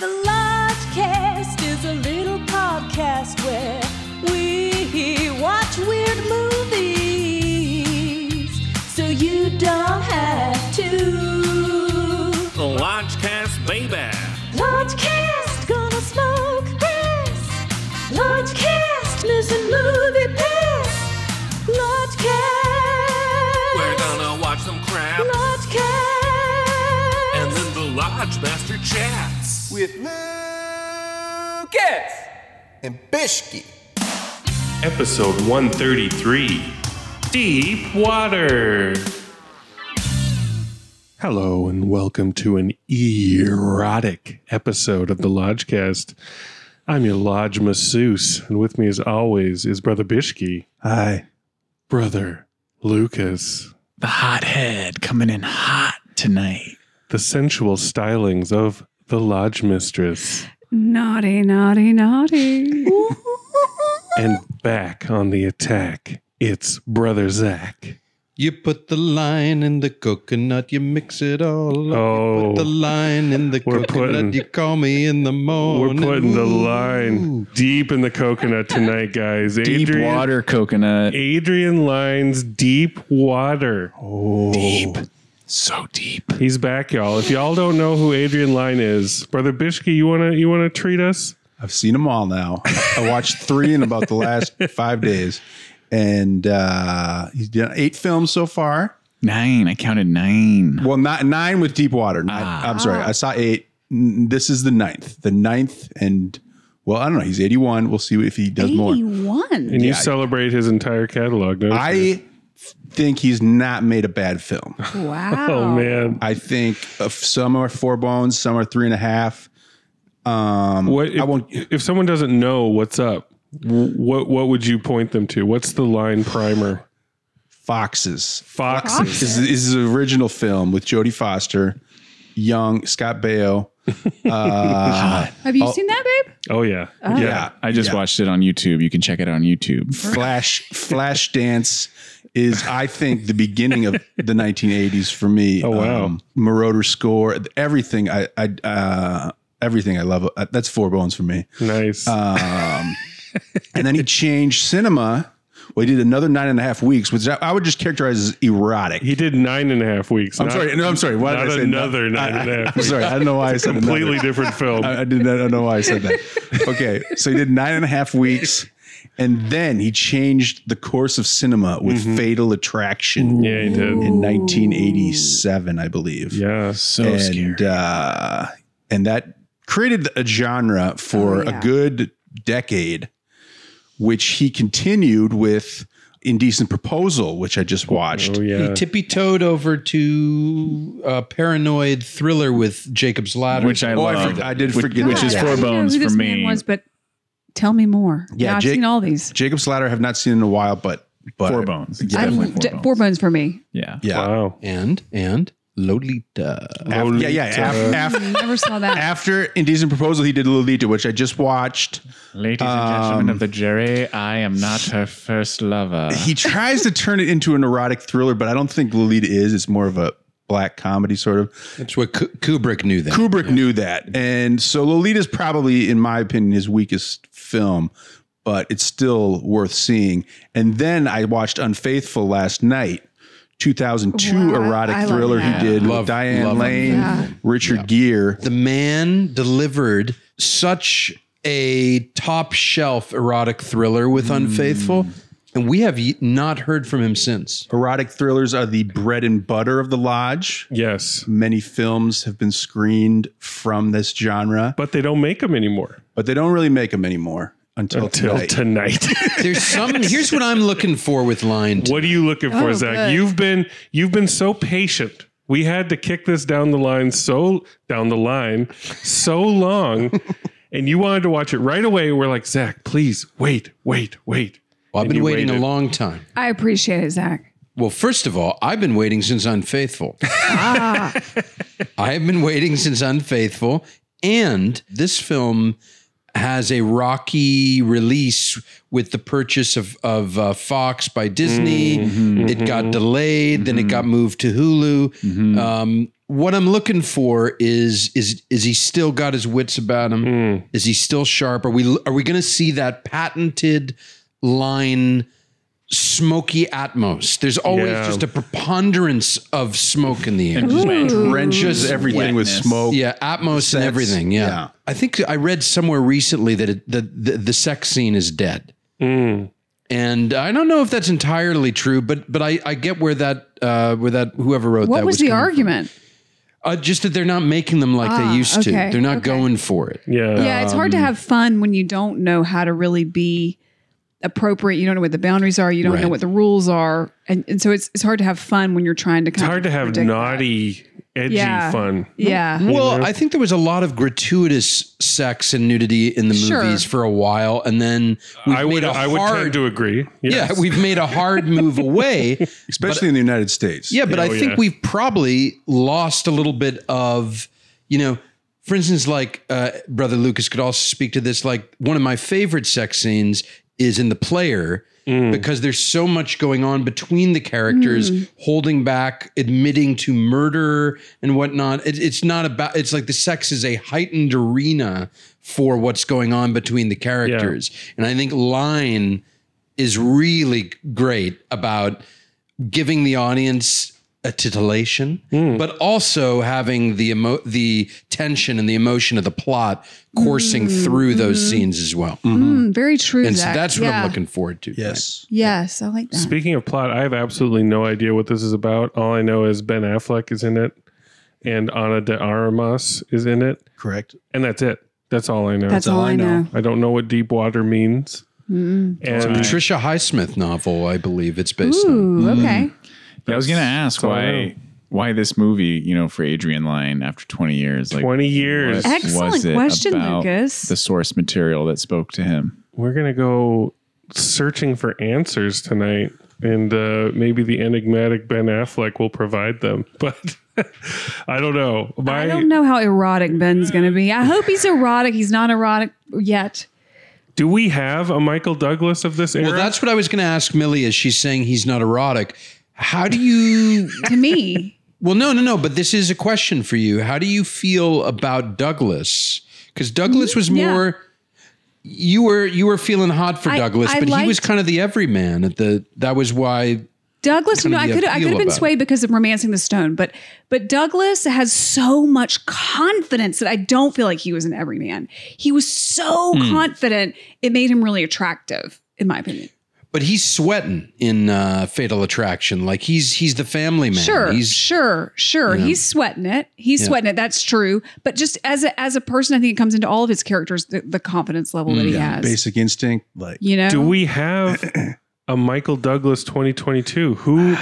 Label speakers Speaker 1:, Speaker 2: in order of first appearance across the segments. Speaker 1: The Lodgecast is a little podcast where we watch weird movies so you don't have to.
Speaker 2: The Lodgecast Baby.
Speaker 1: Lodgecast gonna smoke this. Lodgecast listen movie pass. Lodgecast.
Speaker 2: We're gonna watch some crap.
Speaker 1: Lodgecast.
Speaker 2: And then the Lodge Master chats.
Speaker 3: with Lucas and Bishki.
Speaker 4: Episode 133 Deep Water. Hello, and welcome to an erotic episode of the Lodgecast. I'm your Lodge masseuse, and with me, as always, is Brother Bishki.
Speaker 5: Hi.
Speaker 4: Brother Lucas.
Speaker 5: The hothead coming in hot tonight.
Speaker 4: The sensual stylings of the Lodge Mistress.
Speaker 6: Naughty, naughty, naughty.
Speaker 4: And back on the attack, it's Brother Zach.
Speaker 7: You put the line in the coconut, you mix it all up.
Speaker 4: Oh.
Speaker 7: You put the line in the
Speaker 4: We're
Speaker 7: coconut,
Speaker 4: putting-
Speaker 7: you call me in the
Speaker 4: We're
Speaker 7: morning.
Speaker 4: putting the
Speaker 7: Ooh.
Speaker 4: line deep in the coconut tonight, guys.
Speaker 5: Deep water coconut.
Speaker 4: Adrian Lines Deep Water.
Speaker 5: Deep. So deep.
Speaker 4: He's back, y'all. If y'all don't know who Adrian Line is, Brother Bishke, you wanna you wanna treat us?
Speaker 8: I've seen them all now. I watched three in about the last five days, and uh, he's done eight films so far.
Speaker 5: Nine. I counted nine. Ah.
Speaker 8: Well, not nine with Deepwater. Not, I'm sorry, I saw eight. N- This is the ninth. The ninth, and well, I don't know. He's 81. We'll see if he does more.
Speaker 4: And you
Speaker 8: Yeah.
Speaker 4: celebrate his entire catalog, don't you?
Speaker 8: I think he's not made a bad film.
Speaker 4: Oh man.
Speaker 8: I think uh, some are four bones, some are three and a half. Um,
Speaker 4: What if,
Speaker 8: I won't.
Speaker 4: if someone doesn't know what's up, wh- what what would you point them to? What's the line primer?
Speaker 8: Foxes.
Speaker 4: Foxes.
Speaker 8: This is, this is his original film with Jodie Foster, Young, Scott Baio. Uh,
Speaker 9: Have you seen that, babe?
Speaker 4: Oh yeah.
Speaker 8: yeah,
Speaker 5: I just
Speaker 8: yeah.
Speaker 5: watched it on YouTube. You can check it on YouTube.
Speaker 8: Flash Flash Dance is I think the beginning of the 1980s for me. Um,
Speaker 4: Oh, wow.
Speaker 8: Marauder score, everything I I uh, everything I love. Uh, That's four bones for me.
Speaker 4: Nice.
Speaker 8: Uh, And then he changed cinema. Well, he did another nine and a half weeks, which I I would just characterize as erotic.
Speaker 4: he did nine and a half weeks.
Speaker 8: I'm
Speaker 4: not-
Speaker 8: sorry. No, I'm sorry. Why
Speaker 4: not
Speaker 8: did I say
Speaker 4: another
Speaker 8: no?
Speaker 4: nine and a half
Speaker 8: I'm
Speaker 4: weeks.
Speaker 8: sorry. I don't know why I said another.
Speaker 4: Completely different film.
Speaker 8: I, I did not I don't know why I said that. Okay, so he did nine and a half weeks, and then he changed the course of cinema with
Speaker 5: Mm-hmm.
Speaker 8: Fatal Attraction
Speaker 4: yeah, he did.
Speaker 8: in 1987, I believe.
Speaker 4: Yeah.
Speaker 5: So
Speaker 8: and
Speaker 5: scary.
Speaker 8: uh, and that created a genre
Speaker 9: Oh,
Speaker 8: for a good decade, which he continued with Indecent Proposal, which I just watched.
Speaker 4: Oh
Speaker 7: He
Speaker 4: yeah.
Speaker 7: tippy toed over to a paranoid thriller with Jacob's Ladder.
Speaker 5: Which I
Speaker 8: Oh, I,
Speaker 5: love.
Speaker 8: for- I did
Speaker 5: Which-
Speaker 8: forget
Speaker 5: which
Speaker 8: that.
Speaker 5: is
Speaker 8: Yeah.
Speaker 5: four
Speaker 9: I didn't know
Speaker 5: bones
Speaker 9: who
Speaker 5: for
Speaker 9: this
Speaker 5: me.
Speaker 9: Man was, but tell me more.
Speaker 8: Yeah,
Speaker 9: Yeah, I've
Speaker 8: Jake-
Speaker 9: seen all these.
Speaker 8: Jacob's Ladder I have not seen in a while, but but
Speaker 5: Four bones. It's
Speaker 8: Yeah.
Speaker 9: I'm-
Speaker 5: definitely
Speaker 9: d-
Speaker 5: four bones.
Speaker 9: four bones for me.
Speaker 5: Yeah.
Speaker 8: Yeah.
Speaker 4: Wow.
Speaker 7: and and Lolita.
Speaker 8: Af- yeah, yeah. Af- af-
Speaker 9: Never saw that.
Speaker 8: after Indecent Proposal, he did Lolita, which I just watched.
Speaker 5: Ladies and gentlemen of the jury, I am not her first lover.
Speaker 7: Uh.
Speaker 8: He tries to turn it into an erotic thriller, but I don't think Lolita is. It's more of a black comedy sort of.
Speaker 7: That's what Ku- Kubrick knew then.
Speaker 8: Kubrick knew that. And so Lolita's probably, in my opinion, his weakest film, but it's still worth seeing. And then I watched Unfaithful last night. 2002
Speaker 9: Wow, I-
Speaker 8: erotic
Speaker 9: I love
Speaker 8: thriller
Speaker 9: that.
Speaker 8: he did with
Speaker 7: Love-
Speaker 8: Diane
Speaker 7: love
Speaker 8: Lane,
Speaker 9: Unfaithful.
Speaker 8: Richard Gere.
Speaker 7: the man delivered such a top shelf erotic thriller with
Speaker 5: Hmm.
Speaker 7: Unfaithful, and we have ye- not heard from him since.
Speaker 8: Erotic thrillers are the bread and butter of the lodge.
Speaker 4: Yes.
Speaker 8: many films have been screened from this genre,
Speaker 4: But they don't make them anymore
Speaker 8: but they don't really make them anymore until,
Speaker 4: until
Speaker 8: tonight.
Speaker 4: tonight.
Speaker 7: There's some. here's what I'm looking for with Line.
Speaker 4: what are you looking for,
Speaker 9: Oh,
Speaker 4: Zach?
Speaker 9: good.
Speaker 4: You've been you've been so patient. We had to kick this down the line so down the line so long, and you wanted to watch it right away. We're like, Zach, please wait, wait, wait.
Speaker 7: Well, I've
Speaker 4: And
Speaker 7: been
Speaker 4: you
Speaker 7: waiting
Speaker 4: waited.
Speaker 7: a long time.
Speaker 9: I appreciate it, Zach.
Speaker 7: Well, first of all, I've been waiting since Unfaithful.
Speaker 9: Ah,
Speaker 7: I have been waiting since Unfaithful. And this film has a rocky release with the purchase of, of uh, Fox by Disney. It got delayed, then it got moved to Hulu. Um, what I'm looking for is is is he still got his wits about him? Is he still sharp? Are we are we going to see that patented line smoky atmos? There's always
Speaker 4: Yeah.
Speaker 7: just a preponderance of smoke in the air.
Speaker 5: And just
Speaker 8: Wrenches everything with
Speaker 5: Wetness.
Speaker 8: smoke.
Speaker 7: Yeah, Atmos and
Speaker 8: Sets,
Speaker 7: everything. Yeah.
Speaker 8: yeah.
Speaker 7: I think I read somewhere recently that it, the, the the sex scene is dead,
Speaker 4: Mm,
Speaker 7: and I don't know if that's entirely true, but but I, I get where that uh, where that whoever wrote
Speaker 9: what
Speaker 7: that
Speaker 9: was the
Speaker 7: coming from.
Speaker 9: argument?
Speaker 7: Uh, just that they're not making them like
Speaker 9: Ah,
Speaker 7: they used
Speaker 9: okay,
Speaker 7: to. They're not
Speaker 9: okay.
Speaker 7: going for it.
Speaker 4: Yeah.
Speaker 9: Yeah, it's hard to have fun when you don't know how to really be appropriate. You don't know what the boundaries are. You don't know
Speaker 7: Right.
Speaker 9: what the rules are, and and so it's it's hard to have fun when you're trying to.
Speaker 4: It's
Speaker 9: kind
Speaker 4: hard
Speaker 9: of
Speaker 4: to have
Speaker 9: predict that.
Speaker 4: naughty, edgy
Speaker 9: Yeah.
Speaker 4: fun.
Speaker 9: Yeah,
Speaker 7: Well, I think there was a lot of gratuitous sex and nudity in the
Speaker 9: Sure.
Speaker 7: movies for a while, and then we've
Speaker 4: I would
Speaker 7: made a
Speaker 4: I would
Speaker 7: hard,
Speaker 4: tend to agree. Yes.
Speaker 7: yeah, we've made a hard move away
Speaker 8: Especially in the United States.
Speaker 7: Yeah, but I
Speaker 4: Oh,
Speaker 7: think
Speaker 4: yeah.
Speaker 7: we've probably lost a little bit of, you know, for instance, like uh, Brother Lucas could also speak to this. Like one of my favorite sex scenes is in The Player because there's so much going on between the characters, holding back, admitting to murder and whatnot. It, it's not about, it's like the sex is a heightened arena for what's going on between the characters. And I think Line is really great about giving the audience a titillation, but also having the emo- the tension and the emotion of the plot coursing through those scenes as well.
Speaker 9: Mm, very true.
Speaker 7: And so
Speaker 9: Zach.
Speaker 7: that's what
Speaker 9: Yeah.
Speaker 7: I'm looking forward to.
Speaker 8: Yes.
Speaker 9: Yes, I like that.
Speaker 4: Speaking of plot, I have absolutely no idea what this is about. All I know is Ben Affleck is in it and Ana de Armas is in it,
Speaker 8: Correct.
Speaker 4: and that's it. That's all I know.
Speaker 9: that's all I know.
Speaker 4: I don't know what deep water means. And
Speaker 7: Right. Trisha Highsmith novel, I believe it's based on.
Speaker 9: Ooh,
Speaker 7: Mm.
Speaker 9: okay.
Speaker 5: I was gonna ask
Speaker 4: all I
Speaker 5: why why this movie, you know, for Adrian Lyne after 20 years. Like
Speaker 4: 20 years.
Speaker 5: what
Speaker 9: Excellent
Speaker 5: was it
Speaker 9: question,
Speaker 5: about
Speaker 9: Lucas.
Speaker 5: The source material that spoke to him.
Speaker 4: We're going to go searching for answers tonight. And uh, maybe the enigmatic Ben Affleck will provide them, but I don't know. My,
Speaker 9: I don't know how erotic Ben's going to be. I hope he's erotic. He's not erotic yet.
Speaker 4: Do we have a Michael Douglas of this era?
Speaker 7: Well, that's what I was going to ask Millie as she's saying he's not erotic. How do you
Speaker 9: To me,
Speaker 7: Well, no, no, no. But this is a question for you. How do you feel about Douglas? Because Douglas was
Speaker 9: yeah.
Speaker 7: more. You were you were feeling hot for
Speaker 9: I-
Speaker 7: Douglas,
Speaker 9: I
Speaker 7: but he was
Speaker 9: liked-
Speaker 7: kind of the everyman at the. That was why.
Speaker 9: Douglas, you know, I
Speaker 7: Kind of
Speaker 9: could
Speaker 7: the
Speaker 9: I could have
Speaker 7: appeal
Speaker 9: been
Speaker 7: about it.
Speaker 9: swayed because of Romancing the Stone, but but Douglas has so much confidence that I don't feel like he was an everyman. He was so
Speaker 8: Hmm.
Speaker 9: confident, it made him really attractive, in my opinion.
Speaker 7: But he's sweating in uh, Fatal Attraction. Like he's he's the family man.
Speaker 9: Sure,
Speaker 7: He's
Speaker 9: sure, sure. He's sweating it. He's sweating it. That's true. But just as a, as a person, I think it comes into all of his characters the, the confidence level that he
Speaker 7: Mm.
Speaker 9: has.
Speaker 8: Basic instinct. Like
Speaker 9: You know,
Speaker 4: do we have a Michael Douglas 2022 who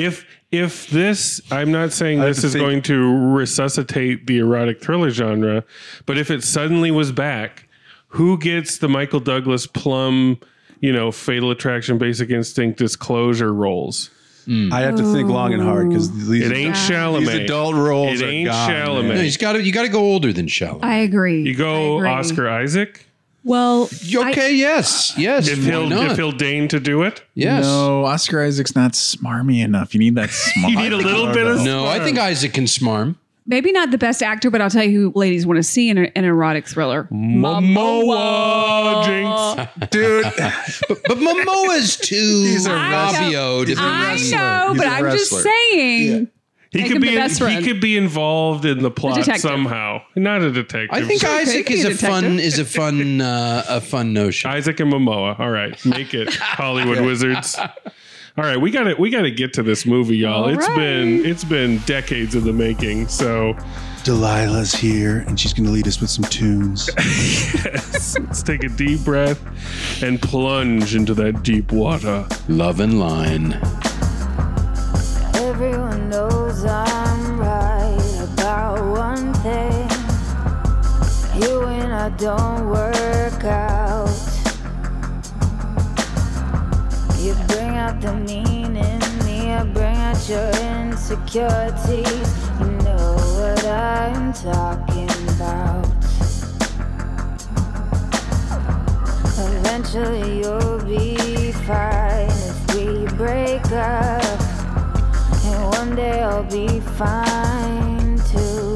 Speaker 4: if if this I'm not saying
Speaker 8: I have
Speaker 4: this
Speaker 8: to
Speaker 4: is
Speaker 8: think.
Speaker 4: going to resuscitate the erotic thriller genre but if it suddenly was back who gets the Michael Douglas plum you know fatal attraction basic instinct disclosure roles
Speaker 8: I'd have to think long and hard because these
Speaker 4: it ain't Chalamet
Speaker 8: these adult roles
Speaker 4: It
Speaker 8: are
Speaker 4: ain't
Speaker 8: gone,
Speaker 4: Chalamet.
Speaker 8: man.
Speaker 7: no, he's got to you got to go older than Shallow.
Speaker 9: I agree.
Speaker 4: you
Speaker 9: I
Speaker 4: go
Speaker 9: agree.
Speaker 4: Oscar Isaac
Speaker 9: Well, I-
Speaker 7: okay, yes, yes.
Speaker 4: if
Speaker 7: why
Speaker 4: he'll
Speaker 7: not?
Speaker 4: if he'll deign to do it
Speaker 7: yes. No.
Speaker 5: No, oh, Oscar Isaac's not smarmy enough. You need that smart.
Speaker 4: you need a little bit of
Speaker 7: I think Isaac can smarm.
Speaker 9: maybe not the best actor, but I'll tell you who ladies want to see in a- an erotic thriller.
Speaker 4: Momoa Jinx
Speaker 8: dude.
Speaker 7: But Momoa's too
Speaker 8: a
Speaker 7: Robbio to be
Speaker 9: I
Speaker 7: wrestling.
Speaker 9: know,
Speaker 8: He's
Speaker 9: but
Speaker 8: a
Speaker 9: I'm just
Speaker 8: wrestler.
Speaker 9: saying.
Speaker 4: He
Speaker 9: Make
Speaker 4: could
Speaker 9: him the
Speaker 4: be
Speaker 9: best
Speaker 4: he
Speaker 9: friend.
Speaker 4: could be involved in the plot
Speaker 9: detective.
Speaker 4: somehow. Not a detective.
Speaker 7: I think
Speaker 9: Sure,
Speaker 7: Isaac
Speaker 9: could be
Speaker 7: is
Speaker 9: a
Speaker 7: a fun
Speaker 9: detective.
Speaker 7: is a fun uh, a fun notion.
Speaker 4: Isaac and Momoa. All right, make it Hollywood Wizards. All right, we got to we got to get to this movie, y'all.
Speaker 9: All
Speaker 4: It's
Speaker 9: right.
Speaker 4: been it's been decades in the making. So
Speaker 8: Delilah's here, and she's gonna lead us with some tunes.
Speaker 4: let's take a deep breath and plunge into that deep water.
Speaker 7: Love and line.
Speaker 1: Everyone knows I'm right about one thing. You and I don't work out. out the meaning, near bring out your insecurities. You know what I'm talking about. Eventually you'll be fine if we break up. And one day I'll be fine too.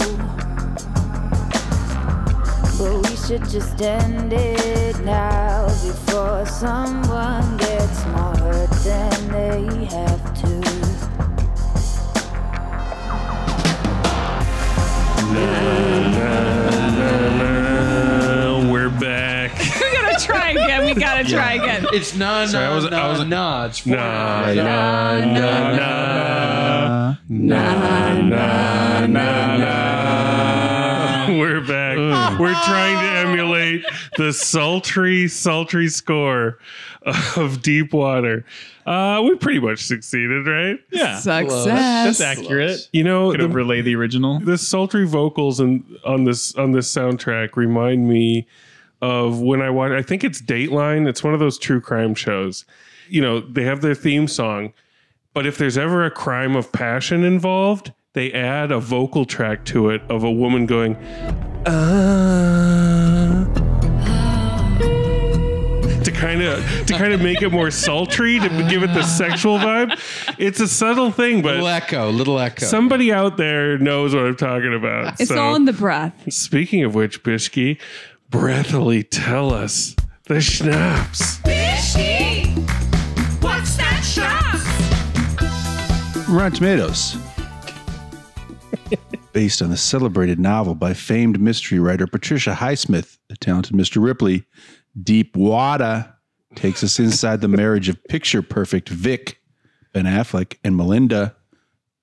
Speaker 1: But we should just end it now before someone gets more hurt than they have to.
Speaker 4: Uh, we're back.
Speaker 9: We gotta try again. We gotta try again.
Speaker 7: It's na
Speaker 4: Sorry, I
Speaker 7: na
Speaker 4: was- I
Speaker 7: na
Speaker 4: was-
Speaker 7: na. It's four
Speaker 4: Nah,
Speaker 7: na,
Speaker 4: nah, nah, nah, nah, nah, nah, nah. We're back. We're trying to emulate the sultry, sultry score of Deep Water. Uh, we pretty much succeeded, right?
Speaker 5: Yeah.
Speaker 9: Success.
Speaker 5: That's accurate.
Speaker 4: You know,
Speaker 5: Could
Speaker 4: the-
Speaker 5: have relayed the original.
Speaker 4: the sultry vocals and on this on this soundtrack remind me of when I watch. I think it's Dateline. It's one of those true crime shows. You know, they have their theme song, but if there's ever a crime of passion involved, they add a vocal track to it of a woman going, "Ah." To kind of to kind of make it more sultry to give it the sexual vibe, it's a subtle thing, but
Speaker 7: Little echo, little echo.
Speaker 4: Somebody out there knows what I'm talking about.
Speaker 9: It's
Speaker 4: so,
Speaker 9: all in the breath.
Speaker 4: Speaking of which, Bishki, breathily tell us the schnapps.
Speaker 2: Bishy! What's that shop?
Speaker 8: Rotten Tomatoes. Based on the celebrated novel by famed mystery writer Patricia Highsmith, the talented Mr. Ripley, Deep Water takes us inside the marriage of picture perfect Vic, Ben Affleck, and Melinda,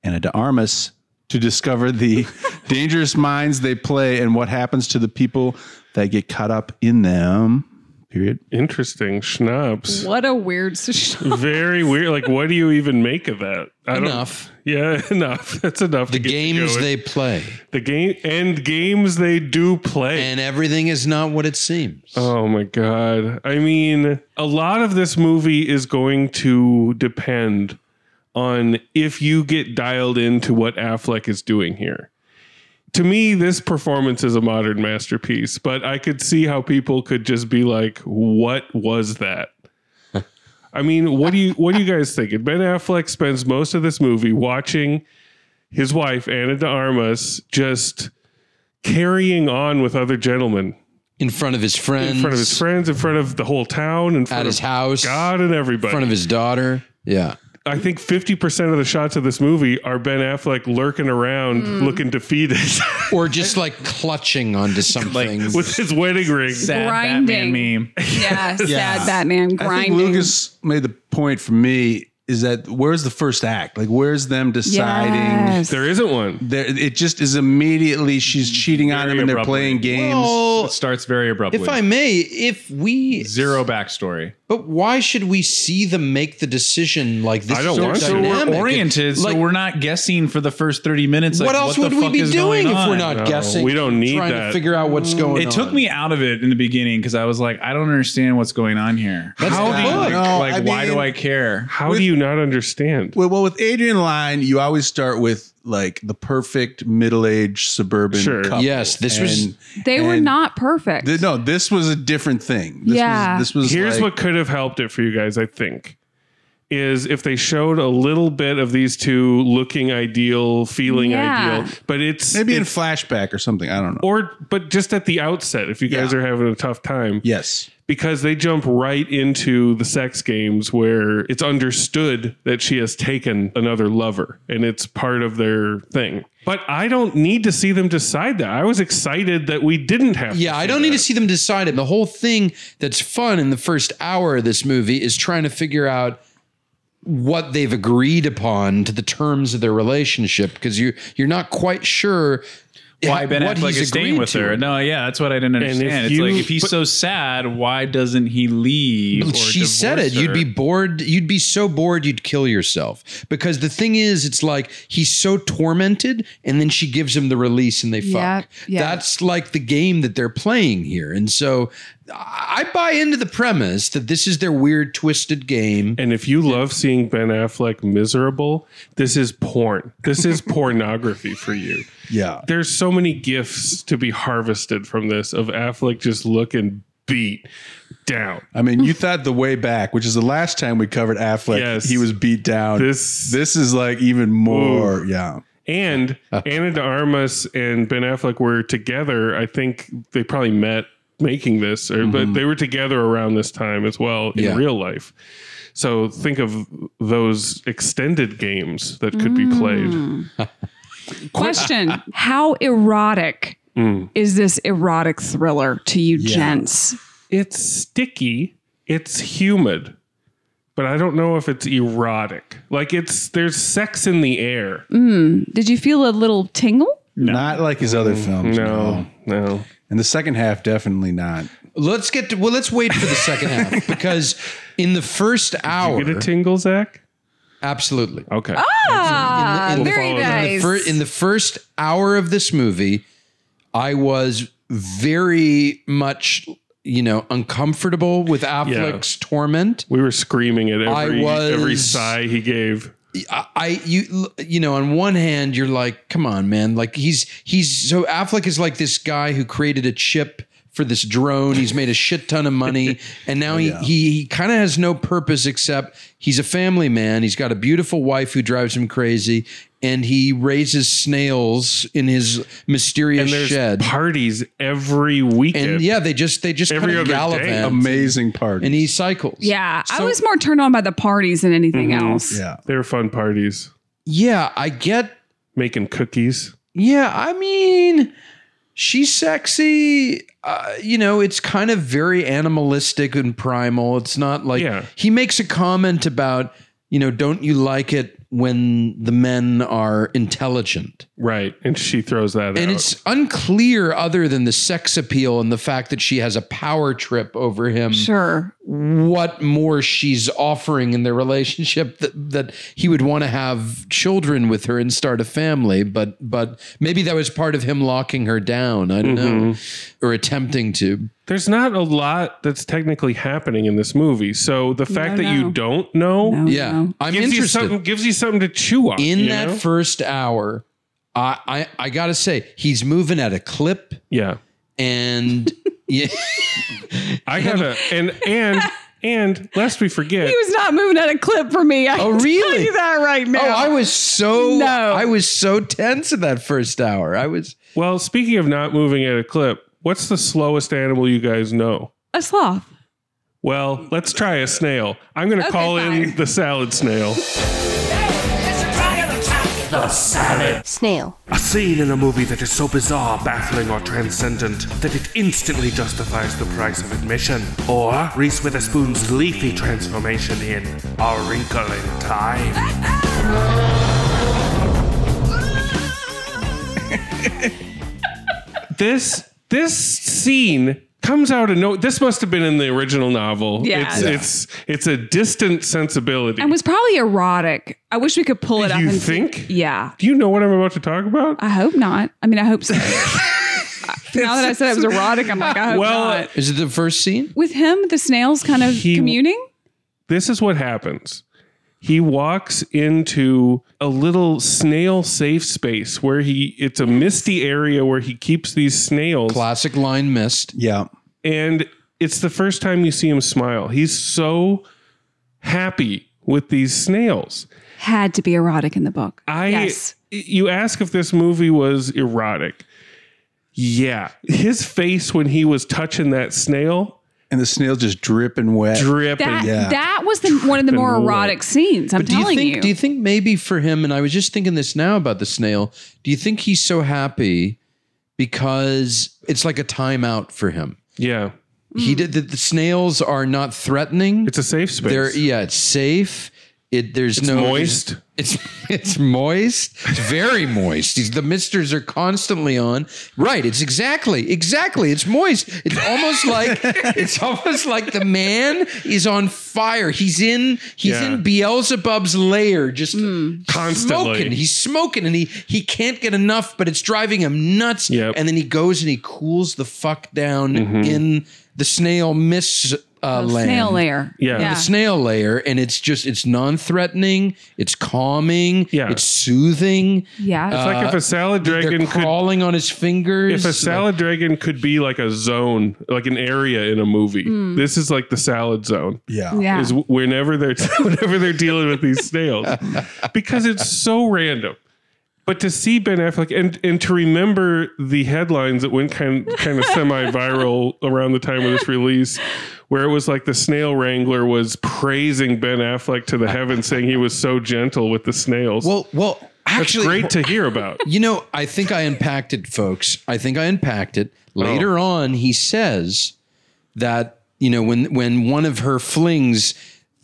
Speaker 8: Anna de Armas, to discover the dangerous minds they play and what happens to the people that get caught up in them. Period.
Speaker 4: Interesting schnapps.
Speaker 9: What a weird s-
Speaker 4: Very weird. Like, what do you even make of that? I don't-
Speaker 7: Enough.
Speaker 4: Yeah, enough. That's enough.
Speaker 7: The
Speaker 4: to get you
Speaker 7: games
Speaker 4: going.
Speaker 7: they play,
Speaker 4: the game and games they do play.
Speaker 7: and everything is not what it seems.
Speaker 4: Oh my god. I mean, a lot of this movie is going to depend on if you get dialed into what Affleck is doing here. To me, this performance is a modern masterpiece, but I could see how people could just be like, "What was that?" I mean, what do you what do you guys think? Ben Affleck spends most of this movie watching his wife Anna de Armas just carrying on with other gentlemen
Speaker 7: in front of his friends,
Speaker 4: in front of his friends, in front of the whole town, in front
Speaker 7: at
Speaker 4: of
Speaker 7: his house,
Speaker 4: God and
Speaker 7: in
Speaker 4: everybody.
Speaker 7: front of his daughter. Yeah.
Speaker 4: I think fifty percent of the shots of this movie are Ben Affleck lurking around, looking defeated,
Speaker 7: Or just like clutching onto something.
Speaker 4: with his wedding ring.
Speaker 5: Sad
Speaker 9: Grinding.
Speaker 5: Batman meme.
Speaker 9: yeah, sad Batman
Speaker 8: I think
Speaker 9: grinding.
Speaker 8: Lucas made the point for me is that where's the first act? Like where's them deciding?
Speaker 9: Yes.
Speaker 4: There isn't one.
Speaker 8: There, it just is immediately she's cheating on him and they're
Speaker 5: abruptly.
Speaker 8: playing games.
Speaker 7: Well,
Speaker 5: It starts very abruptly.
Speaker 7: if I may, if we
Speaker 5: Zero backstory.
Speaker 7: But why should we see them make the decision like this?
Speaker 4: I don't
Speaker 7: so
Speaker 4: want to. So we're
Speaker 7: dynamic?
Speaker 5: We're oriented,
Speaker 7: Like,
Speaker 5: so we're not guessing for the first 30 minutes.
Speaker 7: what
Speaker 5: like,
Speaker 7: else
Speaker 5: the
Speaker 7: would we
Speaker 5: fuck
Speaker 7: be
Speaker 5: is
Speaker 7: doing
Speaker 5: going
Speaker 7: if we're
Speaker 5: on?
Speaker 7: not
Speaker 4: No,
Speaker 7: guessing?
Speaker 4: we don't need
Speaker 7: trying
Speaker 4: that.
Speaker 7: to figure out what's going on.
Speaker 5: It took me out of it in the beginning because I was like, I don't understand what's going on here.
Speaker 7: That's
Speaker 5: How
Speaker 7: the
Speaker 5: do you,
Speaker 7: book.
Speaker 5: like,
Speaker 8: No,
Speaker 5: like,
Speaker 8: I
Speaker 5: why
Speaker 8: mean-
Speaker 5: do I care?
Speaker 4: How do you not understand?
Speaker 8: Well, well, with Adrian Lyne, you always start with like the perfect middle-aged suburban
Speaker 4: Sure.
Speaker 8: couple.
Speaker 7: Yes, this was-
Speaker 8: And-
Speaker 9: they were
Speaker 8: and
Speaker 9: not perfect.
Speaker 8: th- no, this was a different thing. This
Speaker 9: Yeah.
Speaker 8: was, this was
Speaker 4: Here's
Speaker 8: like-
Speaker 4: what could have helped it for you guys, I think. Is if they showed a little bit of these two looking ideal, feeling
Speaker 9: Yeah.
Speaker 4: ideal, but it's
Speaker 8: maybe in
Speaker 4: it's-
Speaker 8: flashback or something. I don't know.
Speaker 4: or but just at the outset, if you guys
Speaker 8: Yeah.
Speaker 4: are having a tough time,
Speaker 8: yes,
Speaker 4: because they jump right into the sex games where it's understood that she has taken another lover and it's part of their thing. But I don't need to see them decide that. I was excited that we didn't have
Speaker 7: Yeah,
Speaker 4: to
Speaker 7: I
Speaker 4: see
Speaker 7: don't
Speaker 4: that.
Speaker 7: need to see them decide it. The whole thing that's fun in the first hour of this movie is trying to figure out what they've agreed upon to the terms of their relationship because you you're not quite sure
Speaker 5: Why Ben
Speaker 7: what
Speaker 5: Affleck
Speaker 7: he's
Speaker 5: is staying
Speaker 7: agreed
Speaker 5: with
Speaker 7: to.
Speaker 5: her? No, yeah, that's what I didn't
Speaker 4: if
Speaker 5: understand. it's
Speaker 4: you-
Speaker 5: like if he's
Speaker 4: but-
Speaker 5: so sad, why doesn't he leave? or
Speaker 7: she said it.
Speaker 5: divorce
Speaker 7: You'd
Speaker 5: her?
Speaker 7: be bored. You'd be so bored you'd kill yourself. Because the thing is, it's like he's so tormented, and then she gives him the release, and they fuck.
Speaker 9: Yeah, yeah.
Speaker 7: That's like the game that they're playing here. And so I buy into the premise that this is their weird, twisted game.
Speaker 4: And if you love seeing Ben Affleck miserable, this is porn. This is pornography for you.
Speaker 8: Yeah.
Speaker 4: There's so many gifts to be harvested from this of Affleck just looking beat down.
Speaker 8: I mean, you thought the way back, which is the last time we covered Affleck,
Speaker 4: Yes.
Speaker 8: he was beat down.
Speaker 4: This-
Speaker 8: this is like even more.
Speaker 4: Ooh.
Speaker 8: Yeah.
Speaker 4: And
Speaker 7: Oh.
Speaker 4: Anna de Armas and Ben Affleck were together. I think they probably met making this, or, but they were together around this time as well in
Speaker 7: Mm-hmm. Yeah.
Speaker 4: real life. So think of those extended games that could be played.
Speaker 9: Question How erotic is this erotic thriller to you, gents?
Speaker 4: It's sticky. It's humid. But I don't know if it's erotic. Like it's there's sex in the air.
Speaker 9: Did you feel a little tingle?
Speaker 8: Not like his other films.
Speaker 7: Oh.
Speaker 4: No, no.
Speaker 8: And the second half, definitely not.
Speaker 7: Let's get to, well, let's wait for the second half because in the first hour,
Speaker 4: Get a tingle, Zach?
Speaker 7: absolutely.
Speaker 4: Okay.
Speaker 9: Ah,
Speaker 7: in the-
Speaker 9: very
Speaker 4: follow that.
Speaker 7: In the,
Speaker 9: nice.
Speaker 7: fir- in the first hour of this movie, I was very much, you know, uncomfortable with Affleck's torment.
Speaker 4: We were screaming at
Speaker 7: I
Speaker 4: every
Speaker 7: was-
Speaker 4: every sigh he gave.
Speaker 7: I, I you you know on one hand you're like come on man like he's he's so Affleck is like this guy who created a chip for this drone he's made a shit ton of money and
Speaker 4: Oh,
Speaker 7: now he he, he kind of has no purpose except he's a family man he's got a beautiful wife who drives him crazy and he raises snails in his
Speaker 4: And
Speaker 7: mysterious
Speaker 4: there's
Speaker 7: shed
Speaker 4: parties every weekend.
Speaker 7: and yeah they just they just
Speaker 4: Every
Speaker 7: kind of
Speaker 4: other
Speaker 7: gallop
Speaker 4: day.
Speaker 7: at him.
Speaker 8: Amazing part.
Speaker 7: and he cycles
Speaker 9: yeah, I
Speaker 7: So-
Speaker 9: was more turned on by the parties than anything else.
Speaker 8: yeah.
Speaker 4: They were fun parties.
Speaker 7: yeah I get
Speaker 4: Making cookies.
Speaker 7: Yeah, I mean, she's sexy. Uh, you know, it's kind of very animalistic and primal. It's not like
Speaker 4: Yeah.
Speaker 7: he makes a comment about, you know, don't you like it when the men are intelligent?
Speaker 4: Right. And she throws that
Speaker 7: And
Speaker 4: out.
Speaker 7: it's unclear, other than the sex appeal and the fact that she has a power trip over him,
Speaker 9: Sure.
Speaker 7: what more she's offering in their relationship that, that he would want to have children with her and start a family but but maybe that was part of him locking her down i don't know
Speaker 4: Mm-hmm.
Speaker 7: or attempting to
Speaker 4: There's not a lot that's technically happening in this movie. So the fact that
Speaker 9: no.
Speaker 4: you don't know
Speaker 9: No,
Speaker 7: yeah
Speaker 9: no.
Speaker 7: i'm
Speaker 4: gives you
Speaker 7: interested
Speaker 4: something gives you something to chew on.
Speaker 7: in
Speaker 4: you
Speaker 7: that
Speaker 4: know?
Speaker 7: first hour I, I i gotta say he's moving at a clip
Speaker 4: yeah.
Speaker 7: and yeah
Speaker 4: I gotta and and and lest we forget
Speaker 9: He was not moving at a clip for me. I
Speaker 7: Oh,
Speaker 9: can Tell
Speaker 7: really?
Speaker 9: you that right now.
Speaker 7: Oh, I was so
Speaker 9: No.
Speaker 7: I was so tense in that first hour. I was
Speaker 4: well, speaking of not moving at a clip, what's the slowest animal you guys know?
Speaker 9: a sloth.
Speaker 4: Well, let's try a snail. I'm gonna
Speaker 9: Okay,
Speaker 4: call in
Speaker 9: fine.
Speaker 4: the salad snail.
Speaker 10: Snail.
Speaker 2: A scene in a movie that is so bizarre, baffling, or transcendent that it instantly justifies the price of admission. Or Reese Witherspoon's leafy transformation in A Wrinkle in Time.
Speaker 4: this this scene comes out of no this must have been in the original novel
Speaker 9: Yeah.
Speaker 4: it's
Speaker 9: Yeah.
Speaker 4: it's it's a distant sensibility
Speaker 9: And was probably erotic. I wish we could pull it up.
Speaker 4: You
Speaker 9: and
Speaker 4: think?
Speaker 9: yeah.
Speaker 4: do you know what i'm about to talk about
Speaker 9: I hope not. I mean, I hope so. now that I said it was erotic, I'm like, I hope
Speaker 4: Well,
Speaker 9: not.
Speaker 7: is it the first scene?
Speaker 9: With him, the snails kind of
Speaker 4: He-
Speaker 9: communing.
Speaker 4: this is what happens he walks into a little snail safe space where he it's a misty area where he keeps these snails
Speaker 7: Classic line missed.
Speaker 8: Yeah.
Speaker 4: and it's the first time you see him smile he's so happy with these snails
Speaker 9: Had to be erotic in the book.
Speaker 4: I
Speaker 9: yes.
Speaker 4: you ask if this movie was erotic. Yeah, his face when he was touching that snail
Speaker 8: And the snail just dripping wet.
Speaker 4: dripping.
Speaker 9: That
Speaker 8: yeah.
Speaker 9: that was the, one of the more
Speaker 4: Dripping wet.
Speaker 9: erotic scenes. I'm
Speaker 7: do you
Speaker 9: telling
Speaker 7: think?
Speaker 9: you.
Speaker 7: Do you think maybe for him? And I was just thinking this now about the snail. Do you think he's so happy because it's like a timeout for him?
Speaker 4: yeah,
Speaker 9: Hmm.
Speaker 7: He did the, the snails are not threatening.
Speaker 4: it's a safe space.
Speaker 7: They're yeah, it's safe. It there's
Speaker 4: It's
Speaker 7: no
Speaker 4: moist?
Speaker 7: It's it's moist. It's very moist. These- The misters are constantly on. Right. It's exactly exactly. It's moist. It's almost like it's almost like the man is on fire. He's in he's
Speaker 4: Yeah. Hmm.
Speaker 7: in Beelzebub's lair, just
Speaker 4: Constantly.
Speaker 7: smoking. He's smoking, and he he can't get enough, but it's driving him nuts.
Speaker 4: Yep.
Speaker 7: And then he goes and he cools the fuck down
Speaker 4: Mhm.
Speaker 7: in the snail mist uh, land
Speaker 9: Snail layer.
Speaker 7: the snail layer and it's just it's non-threatening it's calming
Speaker 4: Yeah.
Speaker 7: it's soothing
Speaker 5: Uh,
Speaker 9: Yeah.
Speaker 4: It's like if a salad dragon
Speaker 7: uh, they're
Speaker 4: could-
Speaker 7: crawling on his fingers
Speaker 4: If a salad dragon could be like a zone, like an area in a movie,
Speaker 9: Mm.
Speaker 4: this is like the salad zone.
Speaker 8: Yeah.
Speaker 9: Yeah.
Speaker 4: Is whenever they're whenever they're dealing with these snails, because it's so random. But to see Ben Affleck and and to remember the headlines that went kind kind of semi viral around the time of this release, where it was like the snail wrangler was praising Ben Affleck to the heavens, saying he was so gentle with the snails.
Speaker 7: well well actually
Speaker 4: great to hear about.
Speaker 7: you know i think i unpacked it folks i think i unpacked it
Speaker 4: Oh.
Speaker 7: later on he says that you know when when one of her flings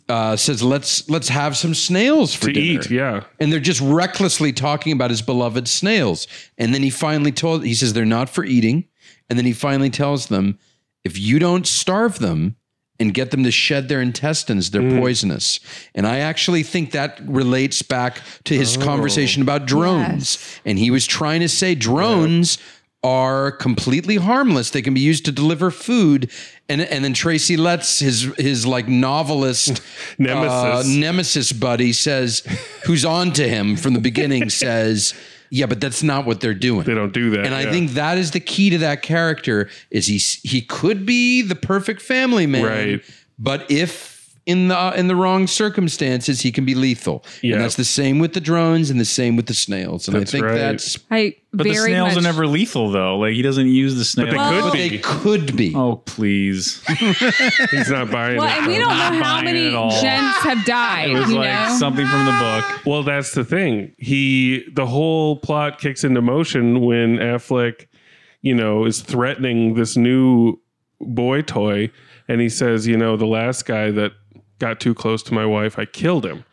Speaker 7: uh, says let's let's have some snails for
Speaker 4: To
Speaker 7: dinner.
Speaker 4: eat, yeah.
Speaker 7: and they're just recklessly talking about his beloved snails. And then he finally told he says they're not for eating. And then he finally tells them, if you don't starve them and get them to shed their intestines, they're poisonous. And I actually think that relates back to his conversation about drones. And he was trying to say drones are completely harmless. They can be used to deliver food. And and then Tracy Letts, his his like novelist uh,
Speaker 4: Nemesis.
Speaker 7: nemesis buddy says, who's on to him from the beginning, says, yeah, but that's not what they're doing.
Speaker 4: they don't do that.
Speaker 7: and I
Speaker 4: yeah.
Speaker 7: think that is the key to that character is he he could be the perfect family man,
Speaker 4: Right.
Speaker 7: But if in the in the wrong circumstances, he can be lethal.
Speaker 4: Yeah.
Speaker 7: And that's the same with the drones and the same with the snails. And
Speaker 4: That's
Speaker 7: I think
Speaker 4: right.
Speaker 7: that's
Speaker 9: I
Speaker 5: But the
Speaker 9: very
Speaker 5: snails
Speaker 9: much.
Speaker 5: are never lethal though. Like he doesn't use the snail.
Speaker 4: But they
Speaker 9: Well-
Speaker 4: could
Speaker 9: But
Speaker 4: be.
Speaker 7: they could be.
Speaker 5: oh please.
Speaker 4: He's not buying
Speaker 9: well,
Speaker 4: it.
Speaker 9: and we
Speaker 4: though.
Speaker 9: don't
Speaker 5: Not
Speaker 9: know how
Speaker 5: buying
Speaker 9: many
Speaker 5: it at all.
Speaker 9: gents have died.
Speaker 5: It was
Speaker 9: you
Speaker 5: like
Speaker 9: know?
Speaker 5: something from the book.
Speaker 4: Well, that's the thing. He the whole plot kicks into motion when Affleck, you know, is threatening this new boy toy, and he says, you know, the last guy that got too close to my wife, I killed him.